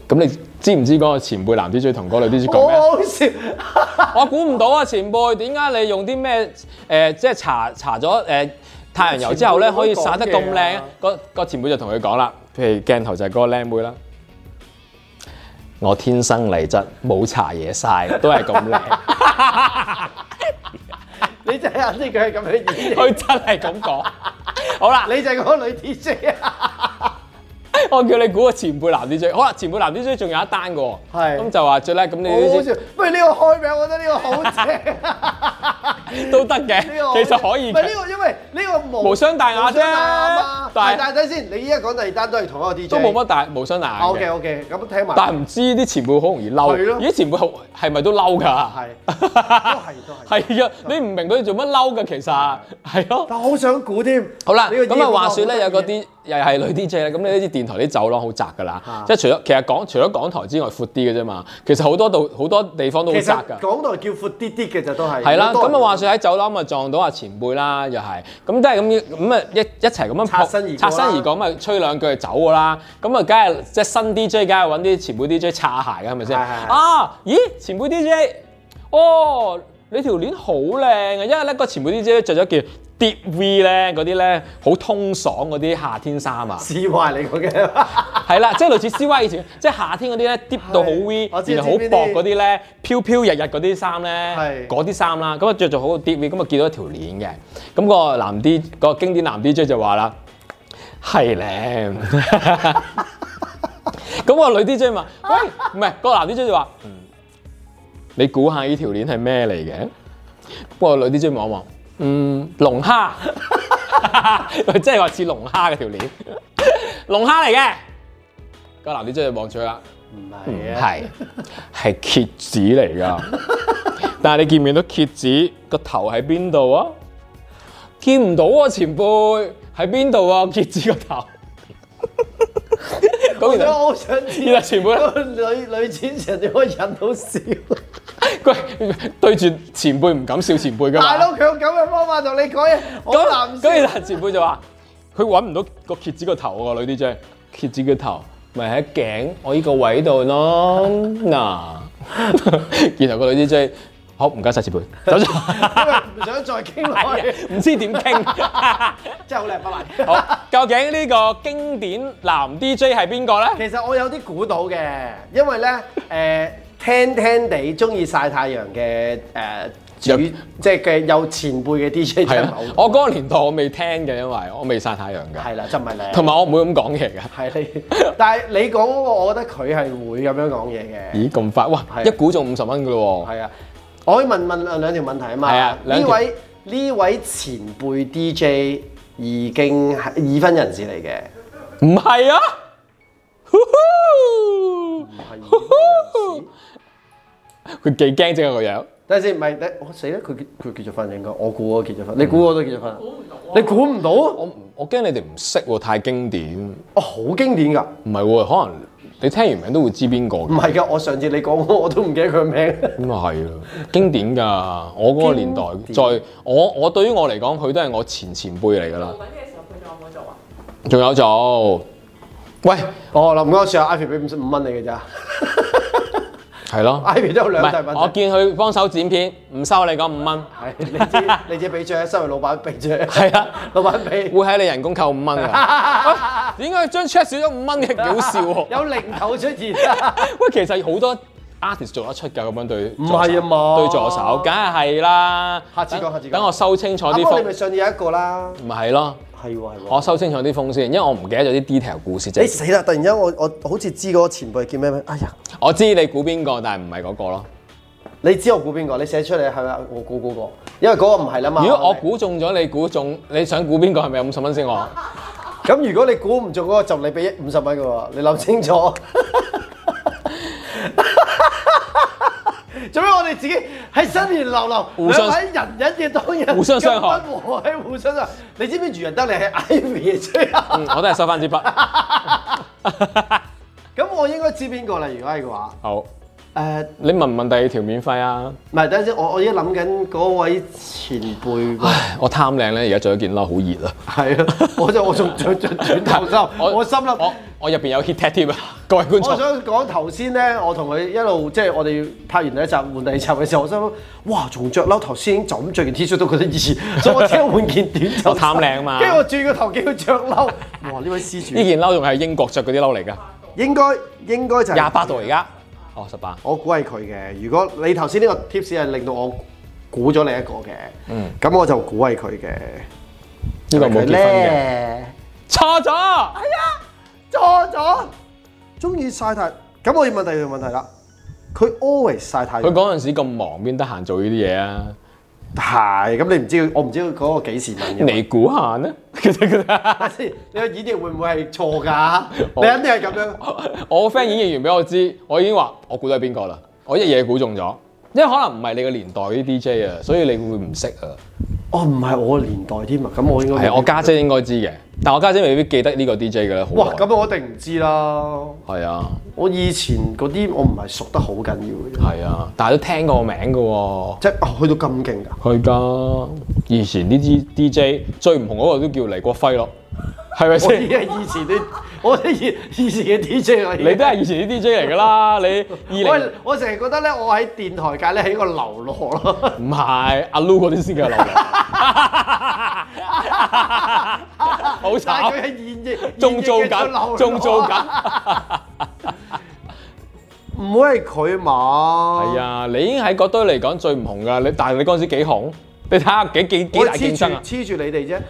Speaker 2: 咁你知唔知嗰個前輩男 DJ 同嗰個女 DJ 講咩啊？
Speaker 3: 好好笑。 *laughs*
Speaker 2: 我估唔到啊，前輩，點解你用啲咩誒，即係搽搽咗誒太陽油之後咧，
Speaker 3: 前輩
Speaker 2: 可以灑得咁
Speaker 3: 都講嘢
Speaker 2: 靚
Speaker 3: 啊？
Speaker 2: 個個前輩就同佢講啦，譬如鏡頭就係嗰個靚妹啦。我天生麗質，冇搽嘢晒，都係咁靚。
Speaker 3: 你就係肯定佢係咁樣演
Speaker 2: *laughs*
Speaker 3: 繹。
Speaker 2: 佢真係咁講。好啦，
Speaker 3: 你就係嗰個女 DJ 啊！
Speaker 2: 我叫你估個前輩男 DJ。好啦，前輩男 DJ 仲有一單嘅喎，
Speaker 3: 係
Speaker 2: 咁就話最咧，咁你
Speaker 3: 好好
Speaker 2: 都
Speaker 3: 笑
Speaker 2: 知。
Speaker 3: 不如呢個開名，我覺得呢個好正。
Speaker 2: 都得嘅，
Speaker 3: 呢個好
Speaker 2: *laughs*
Speaker 3: 正
Speaker 2: 其實可以
Speaker 3: 唔係
Speaker 2: 嘅
Speaker 3: 呢。個，因為呢個無
Speaker 2: 無傷大雅啫
Speaker 3: 無傷大雅嘛
Speaker 2: 但
Speaker 3: 但
Speaker 2: 係
Speaker 3: 係但係睇先，你依家講第二單都係同一個 DJ，
Speaker 2: 都冇乜大無傷大雅嘅
Speaker 3: 啊 OK OK，咁聽埋。
Speaker 2: 但係唔知啲前輩好容易嬲，
Speaker 3: 係咯
Speaker 2: 咦前輩好係咪都嬲㗎？ *laughs*
Speaker 3: 係都係都係
Speaker 2: 係啊，你唔明佢哋做乜嬲㗎，其實係咯。
Speaker 3: 但好想估添。
Speaker 2: 好啦，
Speaker 3: 呢個
Speaker 2: 咁啊話説
Speaker 3: 呢
Speaker 2: 咧，有
Speaker 3: 個
Speaker 2: 嗰啲又係女 DJ 咧，咁你呢啲電台啲走廊好窄㗎啦
Speaker 3: 啊，
Speaker 2: 即係除咗其實港除咗港台之外闊啲嘅啫嘛，其實好多度好多地方都好
Speaker 3: 其
Speaker 2: 窄
Speaker 3: 實
Speaker 2: 㗎。
Speaker 3: 港台叫闊啲啲嘅就都係。
Speaker 2: 係啦，
Speaker 3: 多
Speaker 2: 咁
Speaker 3: 人
Speaker 2: 啊話説喺走廊咪撞到阿前輩啦，又係咁都係咁樣咁啊一一齊咁樣
Speaker 3: 擦身而過啦
Speaker 2: 擦身而過咁啊吹兩句就走㗎啦，咁啊梗係即係新 DJ 梗係揾啲前輩 DJ 擦鞋㗎係咪先？
Speaker 3: 係係係，
Speaker 2: 啊，咦前輩 DJ，哦你條鏈好靚啊，因為咧個前輩 DJ 着咗件 Deep V 咧嗰啲咧好通爽嗰啲夏天衫啊
Speaker 3: *laughs* 試壞嚟講嘅。
Speaker 2: 係啦，即係類似 C Y 以前即係夏天嗰啲咧 Deep 到好 V，
Speaker 3: *laughs* 我知
Speaker 2: 然後好
Speaker 3: 知邊啲
Speaker 2: 薄嗰啲。啲咧飄飄日日嗰啲衫咧，
Speaker 3: 係
Speaker 2: 嗰啲衫啦，咁啊着咗好個 deep V，咁啊見到一條鏈嘅，咁、個男 D 個經典男 DJ 就話啦，係咧，咁個女 DJ 問：喂，唔係個男 DJ 就話：嗯，你估下呢條鏈係咩嚟嘅？不過個女 DJ 望一望，嗯，龍蝦， *laughs* 即係話似龍蝦嘅條鏈，龍蝦嚟嘅。個男 DJ 就望住佢啦。
Speaker 3: 唔
Speaker 2: 唔
Speaker 3: 係啊，
Speaker 2: 係，係蝎子嚟噶。但係你見唔見到蝎子個頭喺邊度啊？見唔到啊，前輩喺邊度啊？蝎子個頭。咁然
Speaker 3: *laughs* 我
Speaker 2: 後，
Speaker 3: 好想知
Speaker 2: 然後前輩
Speaker 3: 個女女主持人點可以引到笑？
Speaker 2: 佢對住前輩唔敢笑前輩噶嘛。
Speaker 3: 大佬佢用咁嘅方法同你講嘢，我
Speaker 2: 咁
Speaker 3: 男
Speaker 2: 咁，
Speaker 3: 笑。
Speaker 2: 然後前輩就話：佢揾唔到個蝎子個頭啊，個女 DJ。蝎子個頭咪喺頸我呢個位度咯。嗱， *laughs* 然後個女 DJ 好唔該晒前輩，走咗。
Speaker 3: 因為唔想再傾落去，
Speaker 2: *laughs* 唔知點傾。 *laughs*
Speaker 3: 真係好靚，拜拜。
Speaker 2: 好，究竟呢個經典男 DJ 係邊個咧？
Speaker 3: 其實我有啲估到嘅，因為
Speaker 2: *laughs*
Speaker 3: 咧誒、呃、聽聽地中意曬太陽嘅誒、呃主
Speaker 2: 有啊
Speaker 3: 即係嘅有前輩嘅 DJ
Speaker 2: 係
Speaker 3: 真係
Speaker 2: 啦
Speaker 3: 好，
Speaker 2: 我嗰個年代我未聽嘅，因為我未曬太陽嘅，
Speaker 3: 係啦，真唔係你。
Speaker 2: 同埋我唔會咁講嘢嘅。
Speaker 3: 係你，但係你講嗰個，我覺得佢係會咁樣講嘢嘅。
Speaker 2: 咦咁快？哇！
Speaker 3: 係
Speaker 2: 一估中五十蚊嘅咯喎。
Speaker 3: 係啊，我可以問問兩條問題啊嘛。
Speaker 2: 係啊兩
Speaker 3: 呢
Speaker 2: 條
Speaker 3: 位呢位前輩 DJ 已經係已婚人士嚟
Speaker 2: *laughs*
Speaker 3: 嘅。
Speaker 2: 唔係啊！呼呼
Speaker 3: 係
Speaker 2: 呼呼佢幾驚啫個樣，
Speaker 3: 等陣先，唔係等我死啦！佢結佢結咗婚應該，我估我結咗婚，你估我都結咗婚，啊你估唔到？我
Speaker 2: 我驚你哋唔識喎，太經典。
Speaker 3: 我哦好經典㗎，
Speaker 2: 唔係喎，可能你聽完名都會知邊個
Speaker 3: 唔
Speaker 2: 嘅。
Speaker 3: 係㗎，我上次你講 *laughs* 我我都唔記得佢名。 *laughs*
Speaker 2: 咁啊係啊，經典㗎！我嗰個年代
Speaker 3: 經，典
Speaker 2: 在我我對於我嚟講，佢都係我前前輩嚟㗎啦。
Speaker 4: 揾嘅時候佢仲有冇做啊？
Speaker 2: 仲有做，喂，
Speaker 3: 哦，林哥上 Ivy 俾五十五蚊你嘅咋 *laughs*
Speaker 2: 係咯，
Speaker 3: ，Ivy 都有
Speaker 2: 唔
Speaker 3: 啊兩大
Speaker 2: 係我
Speaker 3: 問題。
Speaker 2: 見佢幫手剪片，唔收你嗰五
Speaker 3: *laughs*
Speaker 2: 蚊，
Speaker 3: 係你
Speaker 2: *laughs*
Speaker 3: 知你知俾獎，身為老闆俾獎。
Speaker 2: 係啊，
Speaker 3: *laughs* 老闆俾
Speaker 2: 會喺你人工扣五蚊㗎。
Speaker 3: *laughs*
Speaker 2: 喂點解張 check 少咗五蚊嘅？幾好笑喎！
Speaker 3: 有零頭出現。
Speaker 2: 喂，其實好多 artist 做得出㗎，咁樣對唔
Speaker 3: 係啊嘛
Speaker 2: 對助手，梗係係啦。
Speaker 3: 下次講
Speaker 2: 等
Speaker 3: 下次講
Speaker 2: *laughs* 等我收清楚啲
Speaker 3: *laughs* 啱啱啊你咪
Speaker 2: 風，
Speaker 3: 上次有一個啦，
Speaker 2: 唔係咯，
Speaker 3: 係喎係
Speaker 2: 我
Speaker 3: 喎。
Speaker 2: 收清楚啲風先，因為我唔記得咗啲 detail 故事
Speaker 3: 你
Speaker 2: 啫。
Speaker 3: 死啦！突然間我我好似知嗰個前輩叫咩名，哎呀！
Speaker 2: 我知你估邊個，但係唔係嗰個咯。
Speaker 3: 你知我估邊個？你寫出嚟係咪？我估估個，因為嗰個唔係啦嘛。
Speaker 2: 如果我
Speaker 3: 係咪
Speaker 2: 估中咗，你估中，你想估邊個係咪有五十蚊先我？
Speaker 3: 咁如果你估唔中嗰個，就你俾五十蚊嘅喎，你諗清楚。 *laughs* 做咩我哋自己喺新年流流，
Speaker 2: 互相
Speaker 3: 兩位人人嘅當日
Speaker 2: 互相傷害
Speaker 3: 咁不和喺互相傷害。你知唔知余仁德你係 *laughs* Ivy 嘅最後？
Speaker 2: 嗯，我都係收翻支筆。
Speaker 3: *laughs* 咁我應該知邊個啦？如果係嘅話，
Speaker 2: 好，
Speaker 3: 誒、
Speaker 2: 你問唔問第二條免費啊？ *laughs*
Speaker 3: 唔係等陣先，我我而家諗緊嗰位前輩喎，
Speaker 2: 唉我貪靚咧，而家着咗件褸好熱啊！
Speaker 3: 係啊，我就我仲想轉轉頭心，我心諗。
Speaker 2: 我我入邊有 heat tag 添啊！ *laughs* 各位觀眾，
Speaker 3: 我想講頭先咧，我同佢一路即係我哋拍完第一集換第二集嘅時候，我心諗哇，仲着褸頭先就咁着件 T 恤都覺得熱，所以我即刻換件短袖。
Speaker 2: 我貪靚嘛
Speaker 3: 跟住我轉個頭見佢着褸，哇！呢位施主
Speaker 2: 呢件褸仲係英國着嗰啲褸嚟㗎，
Speaker 3: 應該應該就係
Speaker 2: 廿八度而。家。哦，十八。
Speaker 3: 我估係佢嘅。如果你頭先呢個 tips 係令到我估咗你一個嘅，咁、我就估係佢嘅。
Speaker 2: 嗯呢個冇結婚嘅。
Speaker 3: 嘅。
Speaker 2: 錯咗。
Speaker 3: 錯咗，中意曬太。咁我要問第二條問題啦。佢 always 曬太陽
Speaker 2: 佢。嗰陣時咁忙，邊得閒做呢啲嘢啊？
Speaker 3: 係，咁你唔知佢，我唔知佢嗰個幾時問嘅。 *laughs*
Speaker 2: 你估下呢？ *laughs*
Speaker 3: 等下先，你個演繹會唔會係錯㗎？
Speaker 2: 我
Speaker 3: 你肯定係咁樣。
Speaker 2: 我個 friend 演繹完俾我知，我已經話我估到係邊個啦。我一嘢估中咗，因為可能唔係你個年代啲 DJ 啊，所以你會唔識啊。
Speaker 3: 哦，唔係我個年代添啊，咁我應該
Speaker 2: 係我家姐應該知嘅，但我家姐未必記得呢個 DJ 嘅啦。好
Speaker 3: 哇，
Speaker 2: 耐
Speaker 3: 咁我一定唔知啦。
Speaker 2: 係啊。
Speaker 3: 我以前嗰啲我唔係熟得好緊要嘅，
Speaker 2: 係啊，但係都聽過個名嘅喎。
Speaker 3: 即係哦去到咁 *laughs* 勁㗎。
Speaker 2: 係㗎，以前呢啲 DJ 最唔紅嗰個都叫黎國輝咯，係咪
Speaker 3: 我
Speaker 2: 先
Speaker 3: 已？經係以前啲，我啲以以前嘅 DJ 我已經
Speaker 2: 你都係以前啲 DJ 嚟㗎啦，
Speaker 3: *laughs*
Speaker 2: 你二零
Speaker 3: 我我成日覺得咧，我喺電台界咧係一個流落咯。
Speaker 2: 唔係阿 Lu 嗰啲先叫
Speaker 3: *laughs*
Speaker 2: 流浪，好
Speaker 3: 但係
Speaker 2: 慘
Speaker 3: 佢，係現役，
Speaker 2: 仲做
Speaker 3: 現役嘅流
Speaker 2: 緊，
Speaker 3: 落
Speaker 2: 仲做緊。
Speaker 3: 唔會係佢嘛？
Speaker 2: 係啊，你已經喺嗰堆嚟講最唔紅㗎，你但係你嗰陣時幾紅，你睇下幾幾幾
Speaker 3: 我
Speaker 2: 大競爭啊！
Speaker 3: 黐住黐住你哋啫。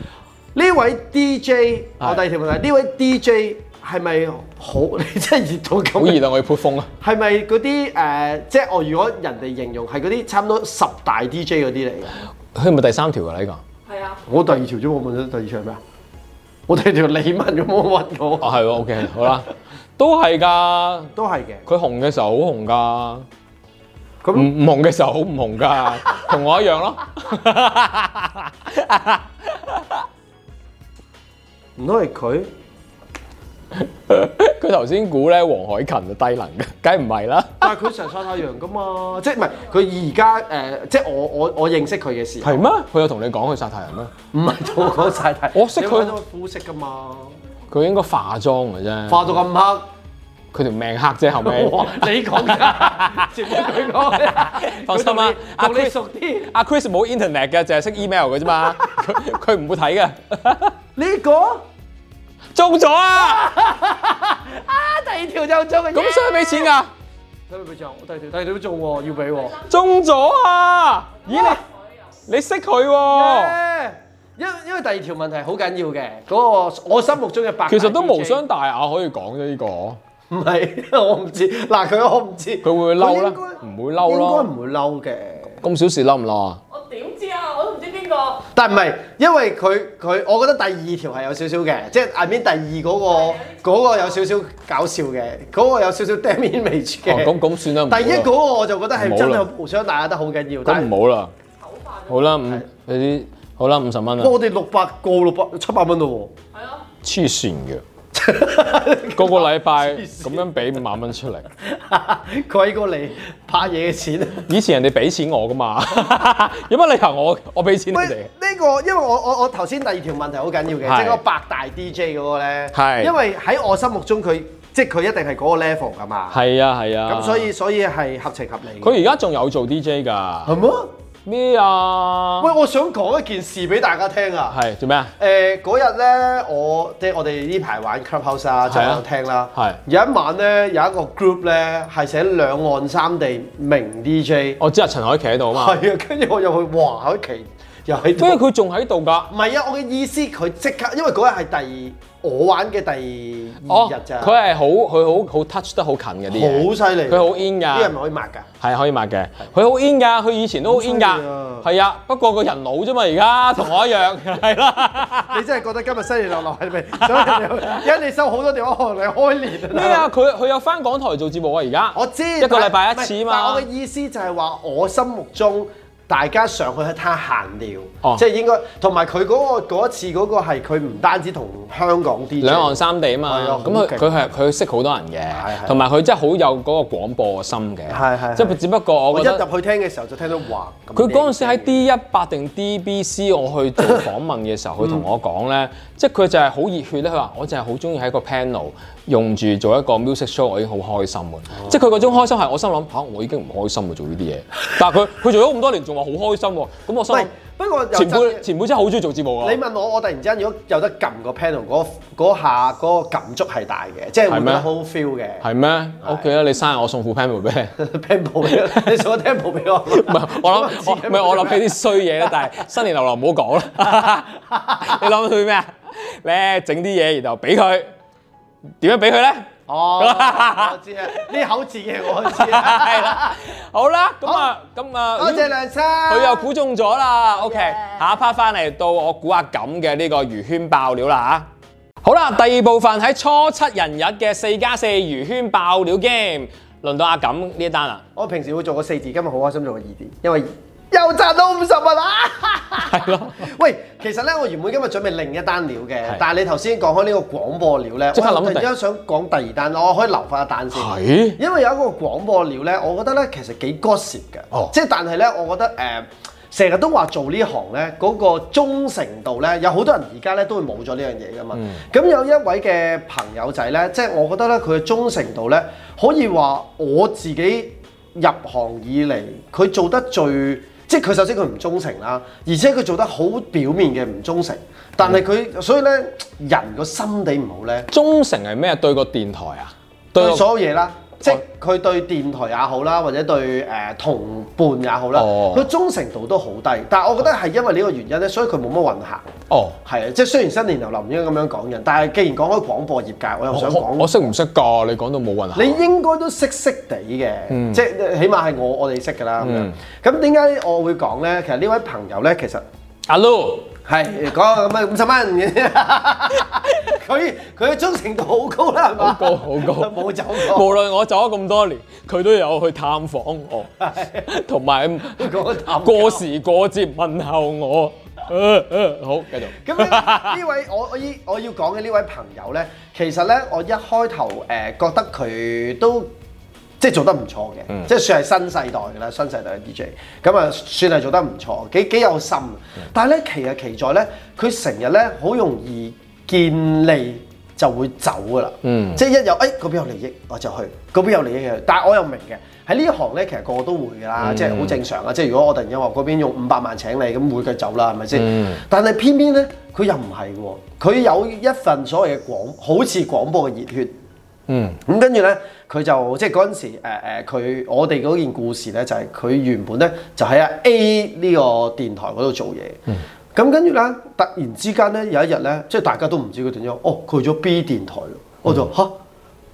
Speaker 3: 呢位 DJ，
Speaker 2: 係
Speaker 3: 我第二條問題，呢位 DJ 係咪好？ *laughs* 你真係熱到
Speaker 2: 好
Speaker 3: 咁
Speaker 2: 熱啊！我要潑風啊！
Speaker 3: 係咪嗰啲誒？即係我如果人哋形容係嗰啲差唔多十大 DJ 嗰啲嚟嘅。
Speaker 2: 佢係咪第三條㗎啦？呢個
Speaker 4: 係啊，
Speaker 3: 我第二條啫，我問咗第二條係咩啊？我第二條李文咁，我問我
Speaker 2: 哦係喎，OK 好啦，都係㗎。
Speaker 3: *laughs* 都係嘅。
Speaker 2: 佢紅嘅時候好紅㗎，唔
Speaker 3: 咁
Speaker 2: 唔紅嘅時候好唔紅㗎， *laughs* 同我一樣咯。
Speaker 3: 唔通係佢？
Speaker 2: 佢頭先估咧黃海芹就低能嘅，梗係唔係啦？
Speaker 3: 但係佢成日曬太陽噶嘛， *laughs* 即係唔係佢而家呃誒？即係我我我認識佢嘅時候，
Speaker 2: 係咩？佢有同你講佢曬太陽咩？
Speaker 3: 唔係同我講曬太陽。
Speaker 2: 我識佢
Speaker 3: *laughs* 你揾到佢膚色噶嘛？
Speaker 2: 佢應該化妝嘅啫，
Speaker 3: 化到咁黑，
Speaker 2: 佢條命黑啫後 *laughs* 尾。
Speaker 3: 哇！你講㗎，全部佢講嘅。
Speaker 2: 放心啊
Speaker 3: 佢同你
Speaker 2: 阿
Speaker 3: 同你
Speaker 2: Chris-
Speaker 3: 熟啲
Speaker 2: 阿 Chris 冇 internet 嘅，淨係識 email 嘅啫嘛，佢佢唔會睇嘅。 *laughs*
Speaker 3: 呢個啊，
Speaker 2: 中咗啊！
Speaker 3: 第二條就中嘅。
Speaker 2: 咁需唔需要俾錢啊㗎？
Speaker 3: 使唔使俾獎？我第二條第二條都中喎，要俾喎。
Speaker 2: 中咗啊！咦你你識佢喎？
Speaker 3: 耶哦因因為第二條問題好緊要嘅，嗰、個我心目中嘅白。
Speaker 2: 其實都無傷大雅，可以講啫呢個。
Speaker 3: 唔係， *laughs* 我唔知。嗱，佢我唔知。佢
Speaker 2: 會唔會嬲呢
Speaker 3: 應該
Speaker 2: 唔會嬲咯
Speaker 3: 應該唔會嬲嘅。
Speaker 2: 咁小事嬲唔嬲啊？
Speaker 4: 我點知啊？我都唔知邊個。
Speaker 3: 但唔係，因為佢佢，我覺得第二條係有少少嘅，即係 I mean 第二嗰、個嗰個有少少搞笑嘅，嗰、個有少少
Speaker 2: 哦
Speaker 3: damage 嘅。
Speaker 2: 咁咁算啦。唔好啦
Speaker 3: 第一嗰個我就覺得係
Speaker 2: 唔好
Speaker 3: 真係
Speaker 2: 啦
Speaker 3: 無傷大雅得好緊要，但
Speaker 2: 咁
Speaker 3: 係
Speaker 2: 唔好啦。好啦，五有啲好啦，五十蚊啦
Speaker 3: 哇。我哋六百個六百七百蚊 *laughs* 咯
Speaker 4: 係啊咯，
Speaker 2: 黐線
Speaker 3: *laughs*
Speaker 2: 嘅，個個禮拜
Speaker 3: 黐
Speaker 2: 咁
Speaker 3: 線
Speaker 2: 樣俾五萬蚊出嚟。
Speaker 3: 喎，貴過你拍嘢嘅錢。
Speaker 2: *laughs* 以前人哋俾錢我噶嘛， *laughs* 有乜理由我我俾錢你
Speaker 3: 喂，
Speaker 2: 哋
Speaker 3: 呢、？個因為我我我頭先第二條問題好緊要嘅，
Speaker 2: 係
Speaker 3: 即係嗰個百大 DJ 嗰個咧，
Speaker 2: 係
Speaker 3: 因為喺我心目中佢即係佢一定係嗰個 level 噶嘛，
Speaker 2: 係啊係啊。
Speaker 3: 咁所以所以係合情合理嘅。
Speaker 2: 佢而家仲有做 DJ 㗎
Speaker 3: 係咩？
Speaker 2: 咩啊？
Speaker 3: 喂，我想講一件事俾大家聽啊！
Speaker 2: 係做咩啊？
Speaker 3: 誒嗰日咧，我即係我哋呢排玩 clubhouse 啊，就
Speaker 2: 係啊
Speaker 3: 有聽啦。
Speaker 2: 係
Speaker 3: 有一晚咧，有一個 group 咧係寫兩岸三地名 DJ，
Speaker 2: 我知啊，陳海琪喺度啊嘛，
Speaker 3: 係啊，跟住我入去，哇！海奇又喺度
Speaker 2: 跟。住佢仲喺度㗎。
Speaker 3: 唔係啊，我嘅意思佢即刻，因為嗰日係第我玩嘅第
Speaker 2: 哦，
Speaker 3: 二日咋，
Speaker 2: 佢係好佢好好 touch 得好近嘅啲嘢，
Speaker 3: 好犀利，
Speaker 2: 佢好啊 in
Speaker 3: 啲人
Speaker 2: 㗎，
Speaker 3: 咪可以抹㗎，
Speaker 2: 係可以抹嘅。佢好 in 㗎，佢以前都好 in 㗎
Speaker 3: 好犀利啊，
Speaker 2: 係啊。不過個人老啫嘛，而家同我一
Speaker 3: *laughs*
Speaker 2: 樣，係啦。
Speaker 3: 你真係覺得今日犀利落落係咪？所以你而家你收好多電話，可能你開年
Speaker 2: 咩啊？？佢佢有翻港台做節目啊，而家
Speaker 3: 我知
Speaker 2: 一個禮拜一次
Speaker 3: 但係
Speaker 2: 嘛
Speaker 3: 我嘅。意思就係話，我心目中大家上去係他閒聊，
Speaker 2: 哦
Speaker 3: 即係應該同埋佢嗰個嗰一次嗰個係佢唔單止同香港 DJ
Speaker 2: 兩岸三地啊
Speaker 3: 係啊
Speaker 2: 嘛，咁
Speaker 3: 好
Speaker 2: 佢
Speaker 3: 勁
Speaker 2: 佢係佢識好多人
Speaker 3: 係
Speaker 2: 嘅，
Speaker 3: 係
Speaker 2: 同埋佢真係好有嗰個廣播心嘅，
Speaker 3: 係係
Speaker 2: 即
Speaker 3: 係
Speaker 2: 係只不過
Speaker 3: 我
Speaker 2: 我
Speaker 3: 一
Speaker 2: 覺
Speaker 3: 入
Speaker 2: 得
Speaker 3: 去聽嘅時候就聽到哇！咁
Speaker 2: 佢嗰陣時
Speaker 3: 靚
Speaker 2: 喺 D 一百定 DBC 我去做訪問嘅時候，佢同我講咧，
Speaker 3: 嗯
Speaker 2: 即係佢就係好熱血咧。佢話我就係好中意喺個 panel 用住做一個 music show，我已經好開心
Speaker 3: 哦
Speaker 2: 嘅。即係佢嗰種開心係我心諗嚇，我已經唔開心喎做呢
Speaker 3: *laughs*
Speaker 2: 啲嘢，但係佢佢做咗咁多年仲話好開心喎，咁我心諗
Speaker 3: 喂，不過又
Speaker 2: 前
Speaker 3: 真
Speaker 2: 輩
Speaker 3: 嘅
Speaker 2: 前輩真係好中意做節目啊
Speaker 3: 你！問我，我突然之間如果有得撳個 panel 嗰嗰下嗰個感觸係大嘅，即係會覺
Speaker 2: 係咩
Speaker 3: 得好 feel 嘅。 *laughs*
Speaker 2: 係咩？OK 啊啦，你生日我送副 panel 俾你。
Speaker 3: panel，你送個 panel 俾 *laughs* 我。唔
Speaker 2: 唔係，我諗我唔係我諗起啲衰嘢啦，但係新年流流唔好講啦。你諗佢咩啊？咧整啲嘢，然後俾佢點樣俾佢咧？
Speaker 3: 哦，我知啊，呢口字嘅我知
Speaker 2: *laughs*
Speaker 3: 啊。
Speaker 2: 係啦，好啦，咁啊，咁啊，
Speaker 3: 多謝梁生。
Speaker 2: 佢又估中咗啦。OK，下一 part 翻嚟到我估下咁嘅呢個魚圈爆料啦嚇。好啦，第二部分喺初七人日嘅四加四魚圈爆料 game，輪到阿錦呢一單啦。
Speaker 3: 我平時會做個四字，今日好開心做個二字，因為又賺到五十
Speaker 2: *laughs*
Speaker 3: 蚊啊！
Speaker 2: 係咯，
Speaker 3: 喂，其實咧，我原本今日準備另一單料嘅
Speaker 2: 係，
Speaker 3: 但係你頭先講開呢個廣播料咧，
Speaker 2: 即刻諗
Speaker 3: 我突然
Speaker 2: 第
Speaker 3: 之間想講第二單，我可以留翻一單先。
Speaker 2: 係
Speaker 3: 因為有一個廣播料咧，我覺得咧其實幾 gossip 嘅，
Speaker 2: 哦
Speaker 3: 即係但係咧，我覺得誒。呃成日都話做呢行咧，嗰、個忠誠度咧，有好多人而家咧都會冇咗呢樣嘢噶嘛。咁、有一位嘅朋友仔咧，即係我覺得咧，佢嘅忠誠度咧，可以話我自己入行以嚟，佢做得最，即係佢首先佢唔忠誠啦，而且佢做得好表面嘅唔忠誠，但係佢、所以咧人個心地唔好咧，
Speaker 2: 忠誠係咩？對個電台啊？
Speaker 3: 對
Speaker 2: 個哦
Speaker 3: 所有嘢啦，即係佢對電台也好啦，或者對誒、呃同伴也好啦，
Speaker 2: 哦
Speaker 3: 佢、忠誠度都好低。但係我覺得係因為呢個原因咧，所以佢冇乜運行。
Speaker 2: 哦，
Speaker 3: 係啊，即係雖然新年流流唔應該咁樣講人，但係既然講開廣播業界，我又
Speaker 2: 哦我
Speaker 3: 想
Speaker 2: 我我
Speaker 3: 講，
Speaker 2: 識唔識㗎？你講到冇運行，
Speaker 3: 你應該都識識地嘅，即係起碼係我我哋識㗎啦咁樣
Speaker 2: 嗯。
Speaker 3: 咁點解我會講咧？其實呢位朋友咧，其實。
Speaker 2: 阿 Lu
Speaker 3: 係講咁啊五十
Speaker 2: *laughs*
Speaker 3: 蚊嘅，佢佢嘅忠誠度好高啦，係嘛？
Speaker 2: 好高好高
Speaker 3: *laughs* 冇走過。
Speaker 2: 無論我走咗咁多年，佢都有去探訪我，同埋
Speaker 3: 講探訪
Speaker 2: 過時過節問候我。呃呃好，繼續。
Speaker 3: *laughs* 咁呢呢位我我依我要講嘅呢位朋友咧，其實咧我一開頭誒、呃、覺得佢都即係做得唔錯嘅，即係算係新世代㗎啦，新世代嘅 DJ，咁啊算係做得唔錯，幾幾有心。但係咧其實其在咧，佢成日咧好容易見利就會走㗎啦，
Speaker 2: 嗯
Speaker 3: 即係一有誒嗰、邊有利益我就去，嗰邊有利益嘅，但係我又明嘅。喺呢行咧，其實個個都會㗎啦，即係好正常啊！即係如果我突然間話嗰邊用五百萬請你，咁會佢走啦，係咪先？但係偏偏咧，佢又唔係喎，佢有一份所謂嘅廣，好似廣播嘅熱血。
Speaker 2: 嗯，
Speaker 3: 咁跟住咧，佢就即係嗰陣時，誒、誒，佢我哋嗰件故事咧，就係、佢原本咧就喺阿啊 A 呢個電台嗰度做嘢。咁跟住咧，突然之間咧有一日咧，即係大家都唔知佢點樣，哦，佢去咗 B 電台咯。我就吓，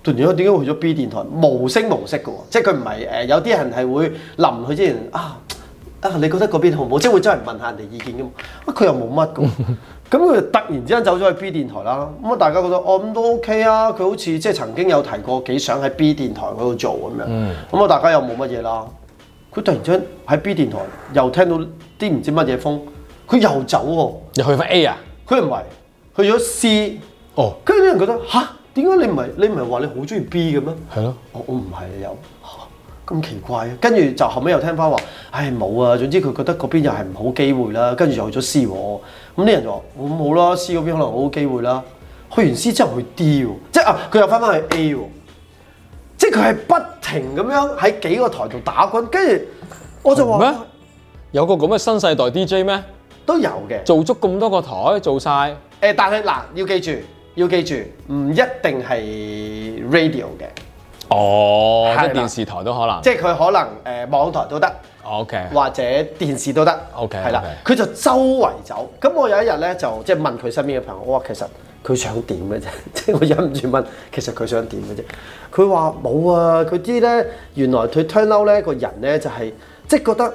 Speaker 3: 突然間點解去咗 B 電台？無聲無息嘅喎，即係佢唔係誒，有啲人係會臨佢之前啊。啊，你覺得嗰邊好唔好？即係會真係問下人哋意見㗎嘛？啊，佢又冇乜㗎喎，咁佢就突然之間走咗去 B 電台啦。咁啊，大家覺得哦咁都 OK 啊。佢好似即係曾經有提過幾想喺 B 電台嗰度做咁樣。咁啊，大家又冇乜嘢啦。佢突然之間喺 B 電台又聽到啲唔知乜嘢風，佢又走喎、
Speaker 2: 又去翻 A 啊？
Speaker 3: 佢唔係，去咗 C。
Speaker 2: 哦，
Speaker 3: 跟住啲人覺得吓，點解你唔係你唔係話你好中意 B 嘅咩？
Speaker 2: 係咯。
Speaker 3: 我我唔係啊，有嚇咁奇怪嘅。跟住就後尾又聽翻話，唉冇啊，總之佢覺得嗰邊又係唔好機會啦。跟住就去咗 C 喎，咁啲人就話咁好啦，C 嗰邊可能好機會啦。去完 C 之後去 D 喎，即係啊佢又翻翻去 A 喎，即係佢係不停咁樣喺幾個台度打滾，跟住我就
Speaker 2: 咩
Speaker 3: 話？
Speaker 2: 有個咁嘅新世代 DJ 咩？
Speaker 3: 都有嘅。
Speaker 2: 做足咁多個台，做晒。
Speaker 3: 誒，但係嗱，要記住，要記住，唔一定係 radio 嘅，
Speaker 2: 哦，即係
Speaker 3: 係啦
Speaker 2: 電視台都可能。
Speaker 3: 即係佢可能誒、呃、網台都得，
Speaker 2: O K。
Speaker 3: 或者電視都得。
Speaker 2: OK，
Speaker 3: 係啦，佢就周圍走。咁我有一日咧就即係問佢身邊嘅朋友，我話其實佢想點嘅啫， *laughs* 即係我忍唔住問，其實佢想點嘅啫。佢話冇啊，佢啲咧原來佢 turn out 咧個人咧就係、即係覺得。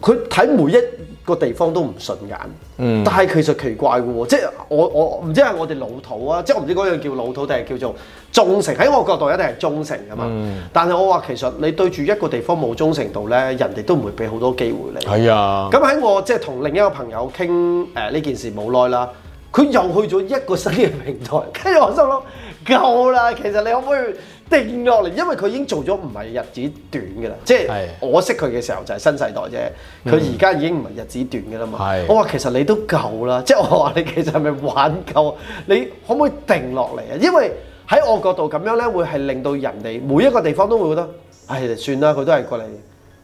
Speaker 3: 佢睇每一個地方都唔順眼，但係其實奇怪嘅喎，即係我我唔知係我哋老土啊，即係我唔知嗰樣叫老土定係叫做忠誠，喺我角度一定係忠誠噶嘛。但係我話其實你對住一個地方冇忠誠度咧，人哋都唔會俾好多機會你。
Speaker 2: 係啊。
Speaker 3: 咁喺我即係同另一個朋友傾誒呢件事冇耐啦，佢又去咗一個新嘅平台， *laughs* 跟住我心諗夠啦，其實你可唔可以定落嚟？因為佢已經做咗唔係日子短嘅啦，即係
Speaker 2: 係嗯
Speaker 3: 我識佢嘅時候就係新世代啫，佢而家已經唔係日子短嘅啦嘛
Speaker 2: 係。
Speaker 3: 我話其實你都夠啦， *laughs* 即係我話你其實係咪玩夠？你可唔可以定落嚟啊？因為喺我角度咁樣咧，會係令到人哋每一個地方都會覺得，唉、算啦，佢都係過嚟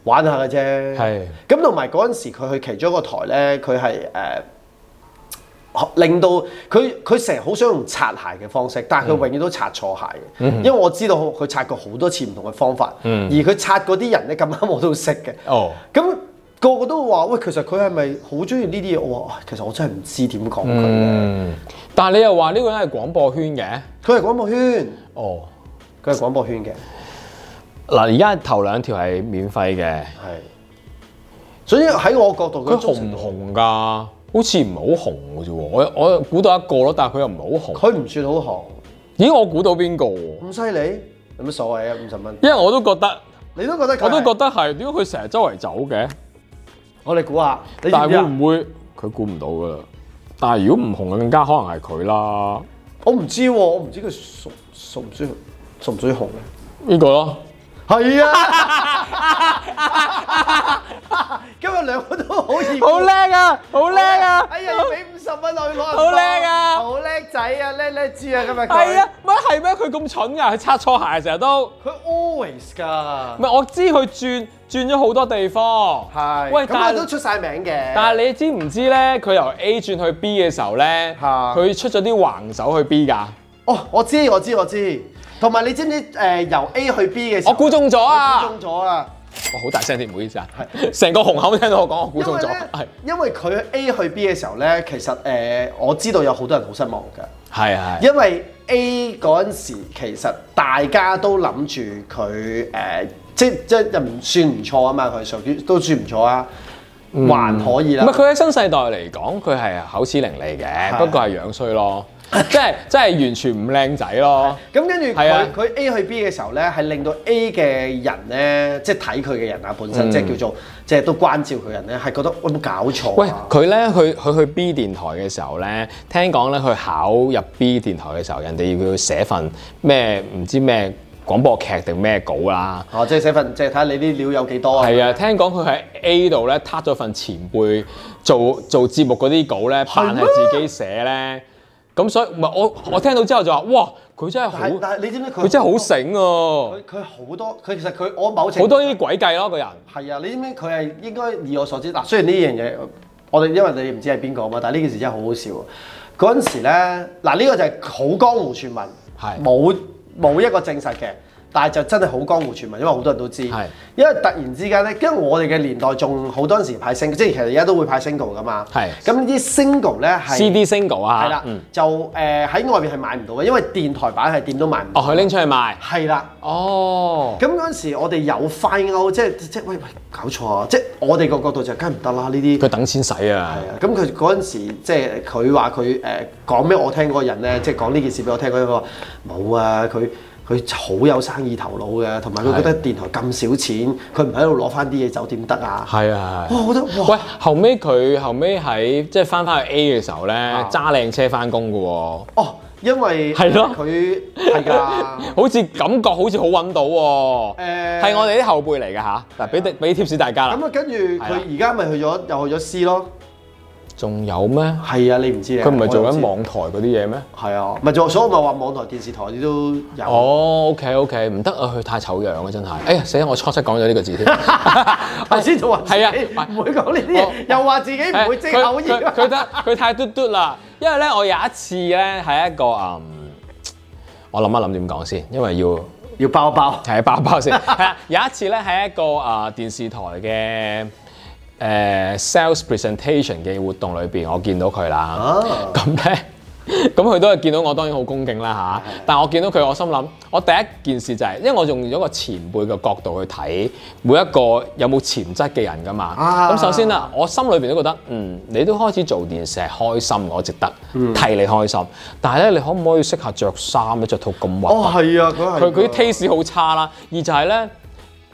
Speaker 3: 玩下嘅啫。
Speaker 2: 係
Speaker 3: 咁同埋嗰陣時，佢去其中一個台咧，佢係誒令到佢佢成日好想用擦鞋嘅方式，但係佢永遠都擦錯鞋嘅，因為我知道佢擦過好多次唔同嘅方法，而佢擦嗰啲人咧咁啱我都識嘅。
Speaker 2: 哦。
Speaker 3: 咁個個都話喂，其實佢係咪好中意呢啲嘢？我話啊其實我真係唔知點講佢嘅。
Speaker 2: 嗯。但係你又話呢個人係廣播圈嘅。
Speaker 3: 佢係廣播圈，
Speaker 2: 哦。
Speaker 3: 佢係廣播圈嘅，
Speaker 2: 嗱，而家頭兩條係免費嘅。
Speaker 3: 係。所以喺我角度，
Speaker 2: 佢
Speaker 3: 忠
Speaker 2: 紅
Speaker 3: 誠
Speaker 2: 唔
Speaker 3: 度
Speaker 2: 紅㗎？好似唔係好紅嘅啫喎，我我估到一個咯，但係佢又唔係好紅。
Speaker 3: 佢唔算好
Speaker 2: 咦，我估到邊個喎？
Speaker 3: 行，咁犀利有乜所謂啊？五十蚊，
Speaker 2: 因為我都覺得，
Speaker 3: 你都覺得佢
Speaker 2: 我都
Speaker 3: 係
Speaker 2: 覺得係點解佢成日周圍走嘅？
Speaker 3: 我哋估下，你知
Speaker 2: 但係
Speaker 3: 唔知
Speaker 2: 會
Speaker 3: 啊？
Speaker 2: 唔會佢估唔到㗎啦？但係如果唔紅嘅更加可能係佢啦，
Speaker 3: 我唔知喎，我唔知佢熟熟唔熟熟唔熟紅嘅。
Speaker 2: 呢個咯。
Speaker 3: 係啊， *laughs* 今日兩個都好易，
Speaker 2: 好叻啊！好叻啊！
Speaker 3: 哎呀，要俾五十蚊我要攞銀包
Speaker 2: 好叻啊
Speaker 3: 好叻仔啊，叻叻豬啊，今日佢
Speaker 2: 係啊，，乜係咩？佢咁蠢㗎？佢擦錯鞋成日都。
Speaker 3: 佢 always 㗎
Speaker 2: 唔，係我知佢轉轉咗好多地方。
Speaker 3: 係，
Speaker 2: 喂，
Speaker 3: 咁啊
Speaker 2: 但
Speaker 3: 都
Speaker 2: 係。
Speaker 3: 出晒名嘅，
Speaker 2: 但係你知唔知咧？佢由 A 轉去 B 嘅時候咧，
Speaker 3: 嚇 *laughs*
Speaker 2: 佢出咗啲橫手去 B 㗎。
Speaker 3: 哦，我知我知我知，同埋你知唔知誒、由 A 去 B 嘅時候，
Speaker 2: 我估中咗啊！
Speaker 3: 我估中咗啊！
Speaker 2: 哇，好大聲啲，唔好意思啊！成個紅口聽到我講，我估
Speaker 3: 因
Speaker 2: 中
Speaker 3: 為
Speaker 2: 咗，
Speaker 3: 咧
Speaker 2: 係，
Speaker 3: 因為佢 A 去 B 嘅時候咧，其實誒、我知道有好多人好失望㗎。
Speaker 2: 係係
Speaker 3: 因為 A 嗰陣時其實大家都諗住佢誒，即即又唔算唔錯啊嘛，佢屬於都算唔錯啊，還可以啦。
Speaker 2: 嗯唔係佢喺新世代嚟講，佢係口齒伶俐嘅，不過係樣衰咯， *laughs* 即係即係完全唔靚仔咯。
Speaker 3: *laughs* 咁跟住
Speaker 2: 係啊
Speaker 3: 佢佢 A 去 B 嘅時候咧，係令到 A 嘅人咧，即係睇佢嘅人啊，本
Speaker 2: 嗯
Speaker 3: 身、即係叫做即係都關照佢人咧，係覺得我有冇搞錯啊？
Speaker 2: 喂，佢咧，佢佢去 B 電台嘅時候咧，聽講咧，佢考入 B 電台嘅時候，人哋要佢寫份咩唔知咩廣播劇定咩稿啦。
Speaker 3: 哦，即係寫份，即係睇下你啲料有幾多啊？
Speaker 2: 係啊，聽講佢喺 A 度咧撻咗份前輩做做節目嗰啲稿咧，扮係自己寫咧。咁所以唔係我我聽到之後就話，哇！佢真係好
Speaker 3: 但係，但係你知唔知佢
Speaker 2: 佢真係好醒啊
Speaker 3: 佢！佢好多，佢其實佢我某程
Speaker 2: 好
Speaker 3: 度
Speaker 2: 多呢啲詭計咯，個人。
Speaker 3: 係啊，你知唔知佢係應該以我所知嗱？雖然呢樣嘢我哋因為你唔知係邊個啊嘛，但係呢件事真係好好笑啊。嗰陣時咧，嗱呢個就係好江湖傳聞，
Speaker 2: 係
Speaker 3: 冇冇一個證實嘅，但係就真係好江湖傳聞，因為好多人都知。
Speaker 2: 係
Speaker 3: 因為突然之間咧，因為我哋嘅年代仲好多陣時派 single，即係其實而家都會派 single 噶嘛。
Speaker 2: 係
Speaker 3: 咁呢啲 single 咧係
Speaker 2: CD single 啊，
Speaker 3: 係啦
Speaker 2: 嗯，
Speaker 3: 就誒喺、外邊係買唔到嘅，因為電台版係點都買唔
Speaker 2: 哦，
Speaker 3: 到。
Speaker 2: 佢拎出去賣。
Speaker 3: 係啦、
Speaker 2: 哦。
Speaker 3: 咁嗰陣時，我哋有 find out，即係即係喂喂，搞錯啊！即係我哋個角度就梗係唔得啦，呢啲
Speaker 2: 佢等錢使啊
Speaker 3: 係！啊。咁佢嗰陣時，即係佢話佢誒講俾我聽嗰個人咧，即係講呢件事俾我聽嗰個人話冇啊，佢佢好有生意頭腦嘅，同埋佢覺得電台咁少錢，佢唔喺度攞翻啲嘢走點得啊？
Speaker 2: 係啊係
Speaker 3: 哇！
Speaker 2: 啊。
Speaker 3: 我覺得
Speaker 2: 喂
Speaker 3: 哇，，
Speaker 2: 後尾佢後尾喺即係翻返去 A 嘅時候咧，
Speaker 3: 啊
Speaker 2: 揸靚車翻工嘅喎，
Speaker 3: 哦，因為
Speaker 2: 係咯
Speaker 3: 佢係㗎。
Speaker 2: 好似感覺好似好揾到喎。
Speaker 3: 誒
Speaker 2: 係我哋啲後輩嚟嘅吓，嗱俾啲俾 tips 大家啦
Speaker 3: 咁。啊，跟住
Speaker 2: 係啦
Speaker 3: 佢而家咪去咗又去咗 C 咯。
Speaker 2: 仲有咩？
Speaker 3: 係啊，你唔知啊？
Speaker 2: 佢唔係做
Speaker 3: 我
Speaker 2: 緊
Speaker 3: 唔知
Speaker 2: 網台嗰啲嘢咩？
Speaker 3: 係啊，咪做，所以我咪話網台、電視台啲都有。
Speaker 2: 哦，OK OK，唔得啊，佢太醜樣啊，真係。哎呀，死啦！我初七講咗呢個字添。
Speaker 3: 頭先就話自己
Speaker 2: 係啊，
Speaker 3: 唔會講呢啲
Speaker 2: 我
Speaker 3: 嘢，又話自己 *laughs* 唔會即口啊
Speaker 2: 佢佢
Speaker 3: 業。
Speaker 2: 佢得佢太嘟嘟啦，因為咧我有一次咧係一個嗯，我諗一諗點講先，因為要
Speaker 3: 要爆爆，
Speaker 2: 睇包包
Speaker 3: *laughs*
Speaker 2: 先。係啊啦，有一次咧喺一個啊、電視台嘅誒、呃 sales presentation 嘅活動裏邊，我見到佢
Speaker 3: 啊
Speaker 2: 啦。
Speaker 3: 哦
Speaker 2: 咁咧、 *laughs* 咁佢都係見到我，當然好恭敬啦吓，但我見到佢，我心諗，我第一件事就係、因為我用咗個前輩嘅角度去睇每一個有冇潛質嘅人噶嘛。
Speaker 3: 啊
Speaker 2: 咁、首先啦，我心裏邊都覺得，嗯，你都開始做電視係開心，我值得嗯
Speaker 3: 嗯
Speaker 2: 替你開心。但係咧，你可唔可以識下着衫咧？着套咁核突
Speaker 3: 哦係啊，佢係
Speaker 2: 佢佢啲
Speaker 3: 㗎
Speaker 2: taste 好差啦，二就係咧，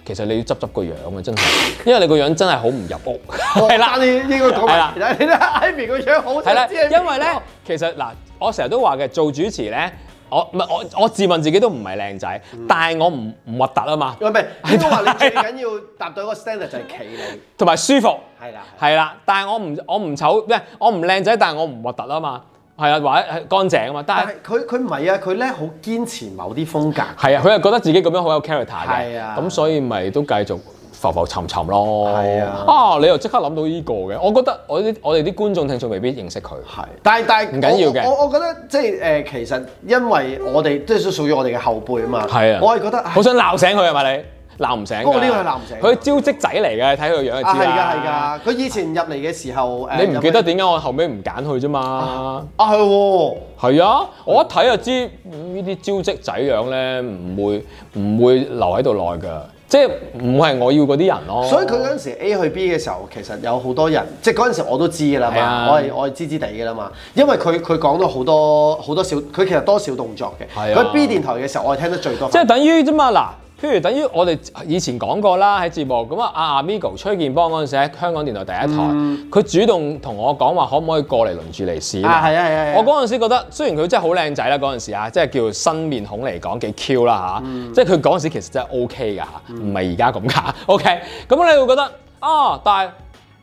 Speaker 2: 其實你要執執個樣啊，真係，因為你個樣真係好唔入屋，
Speaker 3: 哦
Speaker 2: *laughs* 係啦
Speaker 3: 但，係你應該講
Speaker 2: 係
Speaker 3: 埋
Speaker 2: 啦
Speaker 3: 其他。你睇 Ivy 個樣好，
Speaker 2: 係啦，
Speaker 3: 真係知係邊
Speaker 2: 因為
Speaker 3: 個
Speaker 2: 咧，其實嗱，我成日都話嘅，做主持咧，我唔係我我自問自己都唔係靚仔，
Speaker 3: 嗯
Speaker 2: 但係我唔唔核突啊嘛，
Speaker 3: 哦喂，唔係應該話你最緊要達到一個 standard 就係企你，
Speaker 2: 同埋舒服，
Speaker 3: 係啦
Speaker 2: 係啦，但係我唔我唔醜，咩？我唔靚仔，但係我唔核突啊嘛，係啊，或者係乾淨啊嘛，但
Speaker 3: 但
Speaker 2: 係
Speaker 3: 係。佢佢唔係啊，佢咧好堅持某啲風格。
Speaker 2: 係啊，佢又覺得自己咁樣好有 character 嘅
Speaker 3: 係，啊
Speaker 2: 咁所以咪都繼續浮浮沉沉咯。
Speaker 3: 係啊
Speaker 2: 你又即刻諗到呢個嘅，我覺得我啲我哋啲觀眾聽眾未必認識佢。
Speaker 3: 係，但係但係
Speaker 2: 唔緊要嘅
Speaker 3: 我我我覺得即係誒、其實因為我哋即係屬於我哋嘅後輩啊嘛。
Speaker 2: 係啊
Speaker 3: 我係覺得唉
Speaker 2: 好想鬧醒佢係咪你？鬧唔醒㗎。
Speaker 3: 不過呢個係鬧唔醒
Speaker 2: 佢招積仔嚟嘅，睇佢個樣就
Speaker 3: 啊
Speaker 2: 知
Speaker 3: 係
Speaker 2: 啦。
Speaker 3: 㗎係㗎，佢以前入嚟嘅時候誒，
Speaker 2: 你唔記得點解我後尾唔揀佢啫嘛？
Speaker 3: 啊係喎。
Speaker 2: 係啊，我一睇就知嗯呢啲招積仔樣咧，唔會唔會留喺度耐㗎，即係唔係我要嗰啲人咯。
Speaker 3: 所以佢嗰陣時 A 去 B 嘅時候，其實有好多人，即係嗰陣時我都知㗎啦
Speaker 2: 係
Speaker 3: 嘛，
Speaker 2: 啊
Speaker 3: 我係我係知知地㗎啦嘛，因為佢佢講到好多好多小，佢其實多小動作嘅。
Speaker 2: 係啊
Speaker 3: 佢 B 電台嘅時候，我係聽得最多。
Speaker 2: 即係等於啫嘛嗱。譬如等於我哋以前講過啦，喺節目咁啊，阿 Amigo 崔建邦嗰陣時喺香港電台第一台，
Speaker 3: 嗯
Speaker 2: 佢、主動同我講話可唔可以過嚟輪住嚟試
Speaker 3: 啊，
Speaker 2: 嘛。
Speaker 3: 係啊係啊，係啊
Speaker 2: 我嗰陣時覺得，雖然佢真係好靚仔啦，嗰陣時啊，即係叫新面孔嚟講幾 Q 啦嚇，
Speaker 3: 嗯
Speaker 2: 即係佢嗰陣時其實真係 OK 㗎嚇，唔係而家咁㗎。OK，咁你會覺得啊，但係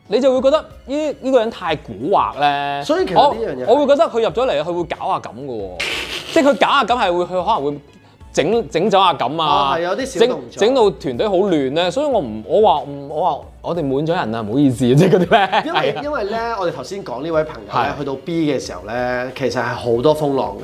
Speaker 2: 你就會覺得呢呢個人太蠱惑咧。
Speaker 3: 所以其實
Speaker 2: 我
Speaker 3: 呢樣嘢係 *laughs*
Speaker 2: 我會覺得佢入咗嚟，佢會搞下咁嘅喎，即係佢搞下咁係會，佢可能會整整走下咁
Speaker 3: 啊
Speaker 2: 啊，
Speaker 3: 係有啲小
Speaker 2: 整
Speaker 3: 動作
Speaker 2: 整到團隊好亂咧，所以我唔我話唔我話我哋滿咗人啊，唔好意思啊，即係嗰啲咧，
Speaker 3: 因
Speaker 2: 係
Speaker 3: 為
Speaker 2: 啊
Speaker 3: 因為咧，我哋頭先講呢位朋友咧
Speaker 2: 係，
Speaker 3: 去到 B 嘅時候咧，其實係好多風浪嘅。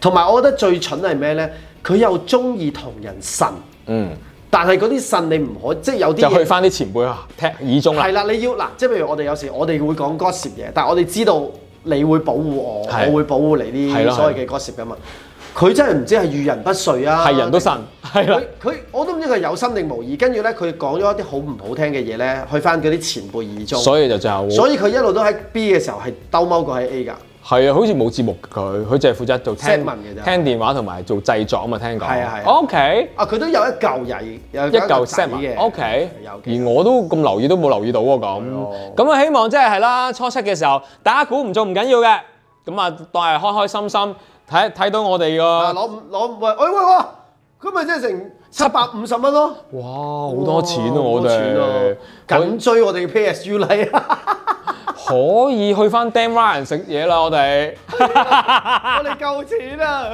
Speaker 3: 同埋我覺得最蠢係咩咧？佢又中意同人呻，
Speaker 2: 嗯，
Speaker 3: 但係嗰啲呻你唔可，即係有啲
Speaker 2: 就
Speaker 3: 嘢
Speaker 2: 去翻啲前輩啊踢耳中啦
Speaker 3: 係。啦，你要嗱，即係譬如我哋有時我哋會講 gossip 嘢，但係我哋知道你會保護我，
Speaker 2: 係
Speaker 3: 我會保護你
Speaker 2: 係
Speaker 3: 啲
Speaker 2: 咯
Speaker 3: 所謂嘅 gossip 噶嘛。佢真係唔知係遇人不遂啊，
Speaker 2: 係人都信，係啦
Speaker 3: 佢，佢我都唔知佢有心定無意，跟住咧佢講咗一啲好唔好聽嘅嘢咧，去翻嗰啲前輩耳中。所
Speaker 2: 所
Speaker 3: 以
Speaker 2: 以就最後
Speaker 3: 佢一路都喺 B 嘅時候係兜踎過喺 A 㗎，
Speaker 2: 係啊，好似冇節目佢，佢淨係負責做聽
Speaker 3: Set 文嘅啫
Speaker 2: 聽電話同埋做製作啊嘛，聽講。
Speaker 3: 係啊係啊
Speaker 2: O K，
Speaker 3: 啊佢都有一嚿曳，有
Speaker 2: 一嚿
Speaker 3: 仔
Speaker 2: set
Speaker 3: 嘅
Speaker 2: 文。O K，
Speaker 3: 有嘅
Speaker 2: 而我都咁留意都冇留意到喎
Speaker 3: 咯
Speaker 2: 咁。咁啊，希望即係係啦，初七嘅時候大家估唔中唔緊要嘅，咁啊當係開開心心睇睇到我哋
Speaker 3: 啊
Speaker 2: 個。
Speaker 3: 攞五攞五喂喂喂哇，咁咪即係成七百五十蚊咯。
Speaker 2: 哇，好多錢啊！我
Speaker 3: 好
Speaker 2: 哋
Speaker 3: 多錢啊緊追我哋嘅 PSU 禮啊！
Speaker 2: 可可以去翻 Dan Ryan 食嘢啦，我哋。
Speaker 3: *laughs* 我哋夠錢啊！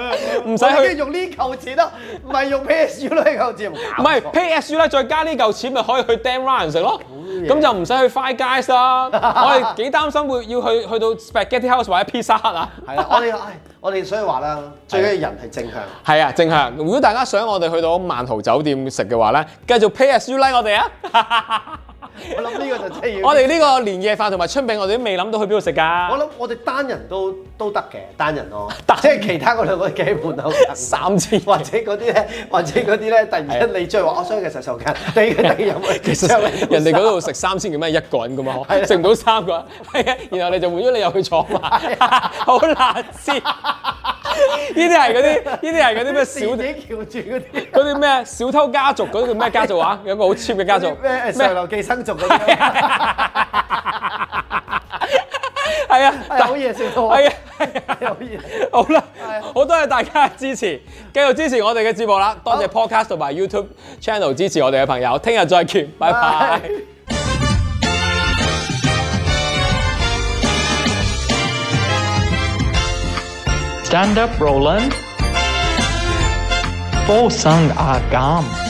Speaker 2: 唔使
Speaker 3: 我哋
Speaker 2: 去
Speaker 3: 梗係用呢嚿錢啦，唔係用 PSU 禮嚿錢。
Speaker 2: 唔
Speaker 3: 唔
Speaker 2: 係 PSU 咧，再加呢嚿錢咪可以去 Dan Ryan 食咯，咁就唔使去 Five Guys *laughs* 啦。我哋幾擔心會要去去到 Spaghetti House 或者 Pizza Hut 啊。
Speaker 3: 係啦，我哋唉，我哋所以話啦，最緊要人係正向。
Speaker 2: 係啊，正向。如果大家想我哋去到萬豪酒店食嘅話咧，繼續 PSU 拉我哋 *laughs* 啊！
Speaker 3: 我諗呢個就真係要。
Speaker 2: 我哋呢個年夜飯同埋春餅，我哋都未諗到去邊度食
Speaker 3: 我
Speaker 2: 㗎。
Speaker 3: 諗我哋單人都都得嘅，單人咯
Speaker 2: 單，
Speaker 3: 即係其他嗰兩個基本
Speaker 2: *laughs*
Speaker 3: 都得。
Speaker 2: 三千
Speaker 3: 或者嗰啲咧，或者嗰啲咧，突然間你追話，我想去洗手間，你突然有
Speaker 2: *laughs*
Speaker 3: 冇？
Speaker 2: 其實啊人哋嗰度食三千幾蚊一個人㗎嘛，食唔到三個人， *laughs* 係啊，然後你就換咗你又去坐埋， *laughs* 好難先。呢啲係嗰啲，呢啲係嗰啲咩
Speaker 3: 小
Speaker 2: 小
Speaker 3: 姐翹住嗰啲。
Speaker 2: 嗰啲咩小偷家族嗰啲叫咩家族
Speaker 3: *laughs*
Speaker 2: 啊？有個好 cheap 嘅家族
Speaker 3: 咩哎誒上流寄生族啊咁樣，
Speaker 2: 係啊，
Speaker 3: 係哎好嘢哎笑到我，
Speaker 2: 係啊，
Speaker 3: 係好嘢。
Speaker 2: 好啦
Speaker 3: 係，
Speaker 2: 好多謝大家嘅支持，繼續支持我哋嘅節目啦，多謝 Podcast 同埋 YouTube channel 支持我哋嘅朋友，聽日再見，拜拜
Speaker 3: 拜。
Speaker 1: Stand up, Roland. Posang agam.